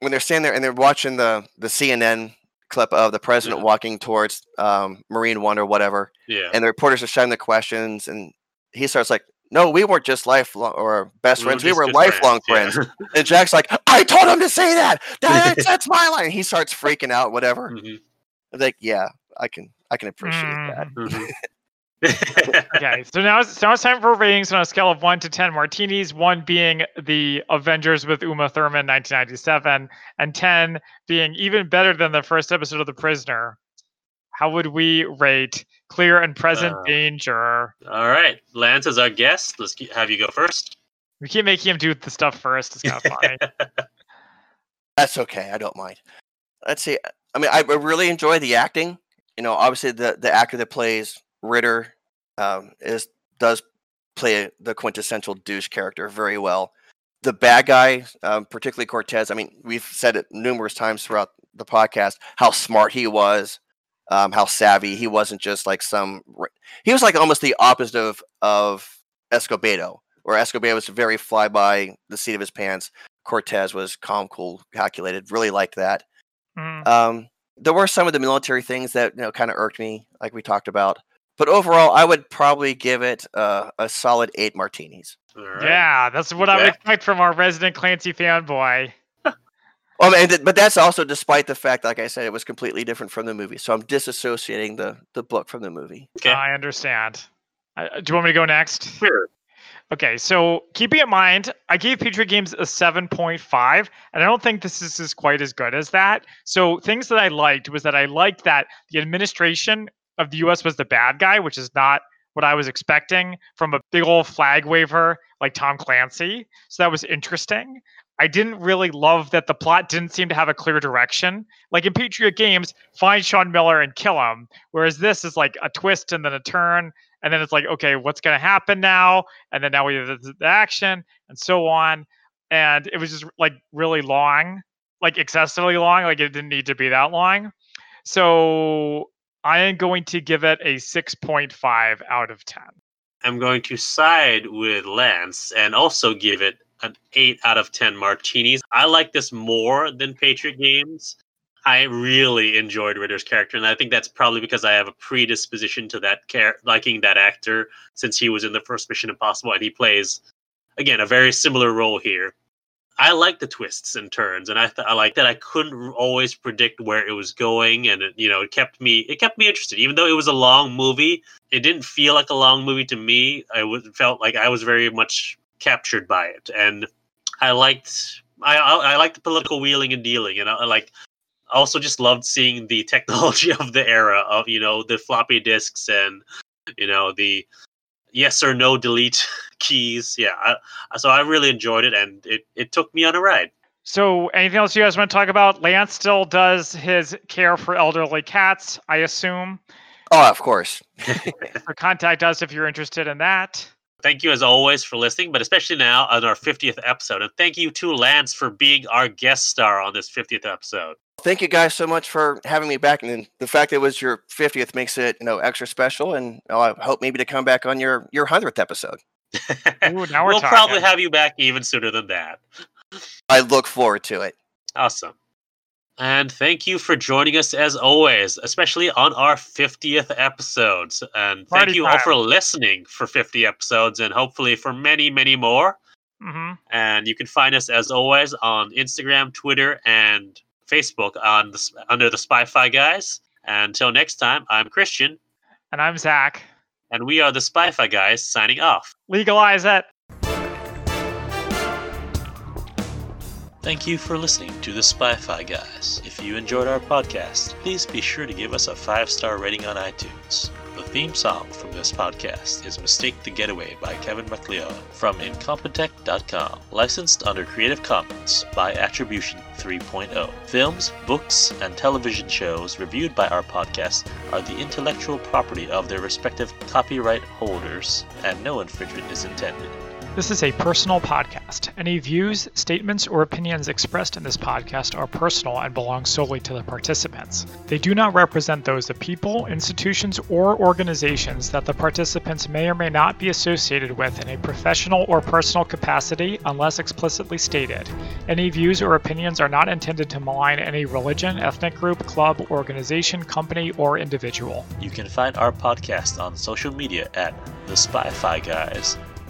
C: when they're standing there and they're watching the the CNN clip of the president
A: Yeah.
C: walking towards um, Marine One or whatever,
A: Yeah.
C: and the reporters are shouting the questions, and he starts like, "No, we weren't just lifelong or best
A: We were
C: friends; we
A: just
C: were
A: good
C: lifelong
A: yeah.
C: friends." And Jack's like, "I told him to say that. That- that's my line." He starts freaking out. Whatever.
A: Mhm,
C: I'm like, yeah, I can, I can appreciate
A: Mm.
C: that.
A: Mm-hmm, mhm.
B: Mm, okay, so now, it's- so now it's time for ratings on a scale of one to ten martinis. One being the Avengers with Uma Thurman, 1997, and ten being even better than the first episode of The Prisoner. How would we rate Clear and Present
A: Uh.
B: Danger?
A: All right, Lance is our guest. Let's ke- have you go first.
B: We keep making him do the stuff first. It's kind of funny.
C: That's okay. I don't mind. Let's see. I mean, I I really enjoy the acting. You know, obviously the the actor that plays Ritter um, is does play the quintessential douche character very well. The bad guy, um, particularly Cortez. I mean, we've said it numerous times throughout the podcast how smart he was, um, how savvy he wasn't. Just like some, ra- he was like almost the opposite of of Escobedo, where Escobedo was very fly by the seat of his pants. Cortez was calm, cool, calculated. Really liked that.
B: Mm.
C: Um, there were some of the military things that you know kind of irked me, like we talked about. But overall, I would probably give it uh, a solid eight martinis.
A: All right.
B: Yeah, that's what I would
A: Yeah.
B: expect from our resident Clancy fanboy.
C: Um, and th- but that's also despite the fact, like I said, it was completely different from the movie. So I'm disassociating the the book from the movie.
A: Okay.
B: I understand. I, uh, do you want me to go next?
A: Sure.
B: Okay, so keeping in mind, I gave Patriot Games a 7.5, and I don't think this is, is quite as good as that. So, things that I liked was that I liked that the administration of the US was the bad guy, which is not what I was expecting from a big old flag waver like Tom Clancy. So, that was interesting. I didn't really love that the plot didn't seem to have a clear direction. Like in Patriot Games, find Sean Miller and kill him. Whereas this is like a twist and then a turn. And then it's like, okay, what's going to happen now? and then now we have the, the action and so on and it was just like really long like excessively long like it didn't need to be that long so i am going to give it a 6.5 out of 10
A: I'm going to side with Lance and also give it an 8 out of 10 martinis. I like this more than Patriot Games. I really enjoyed Ritter's character, and I think that's probably because I have a predisposition to that care, liking that actor since he was in the first Mission Impossible, and he plays, again, a very similar role here. I like the twists and turns, and I th- I like that I couldn't r- always predict where it was going, and it, you know, it kept me it kept me interested, even though it was a long movie it didn't feel like a long movie to me. I was, felt like I was very much captured by it, and I liked I I, I liked the political wheeling and dealing, and I, I liked I also just loved seeing the technology of the era of you know the floppy disks and you know the yes or no delete keys. Yeah, I, I- so I really enjoyed it, and it it took me on a ride.
B: so anything else you guys want to talk about lance still does his care for elderly cats i assume
C: Oh, of course.
B: so contact us if you're interested in that
A: Thank you as always for listening, but especially now on our 50th episode. And thank you to Lance for being our guest star on this 50th episode.
C: Thank you guys so much for having me back, and the fact that it was your 50th makes it you know extra special. And oh, I hope maybe to come back on your your 100th episode.
B: Ooh, now we're
A: we'll probably
B: talking.
A: have you back even sooner than that.
C: I look forward to it.
A: Awesome. And thank you for joining us as always, especially on our 50th episodes. And thank
B: Party
A: you all for listening for 50 episodes and hopefully for many, many more.
B: hmm
A: And you can find us as always on Instagram, Twitter, and Facebook on the, s- under the Spy-Fi Guys. Until next time, I'm Christian,
B: and i'm zach
A: and we are the Spy-Fi Guys signing off.
B: legalize it
A: Thank you for listening to the Spy-Fi Guys. If you enjoyed our podcast, please be sure to give us a five-star rating on iTunes. The theme song from this podcast is Mistake the Getaway by Kevin McLeod from Incompetech.com. Licensed under Creative Commons by Attribution 3.0. Films, books, and television shows reviewed by our podcast are the intellectual property of their respective copyright holders, and no infringement is intended.
B: This is a personal podcast. Any views, statements, or opinions expressed in this podcast are personal and belong solely to the participants. They do not represent those of people, institutions, or organizations that the participants may or may not be associated with in a professional or personal capacity unless explicitly stated. Any views or opinions are not intended to malign any religion, ethnic group, club, organization, company, or individual.
A: You can find our podcast on social media at The Spy Fi Guys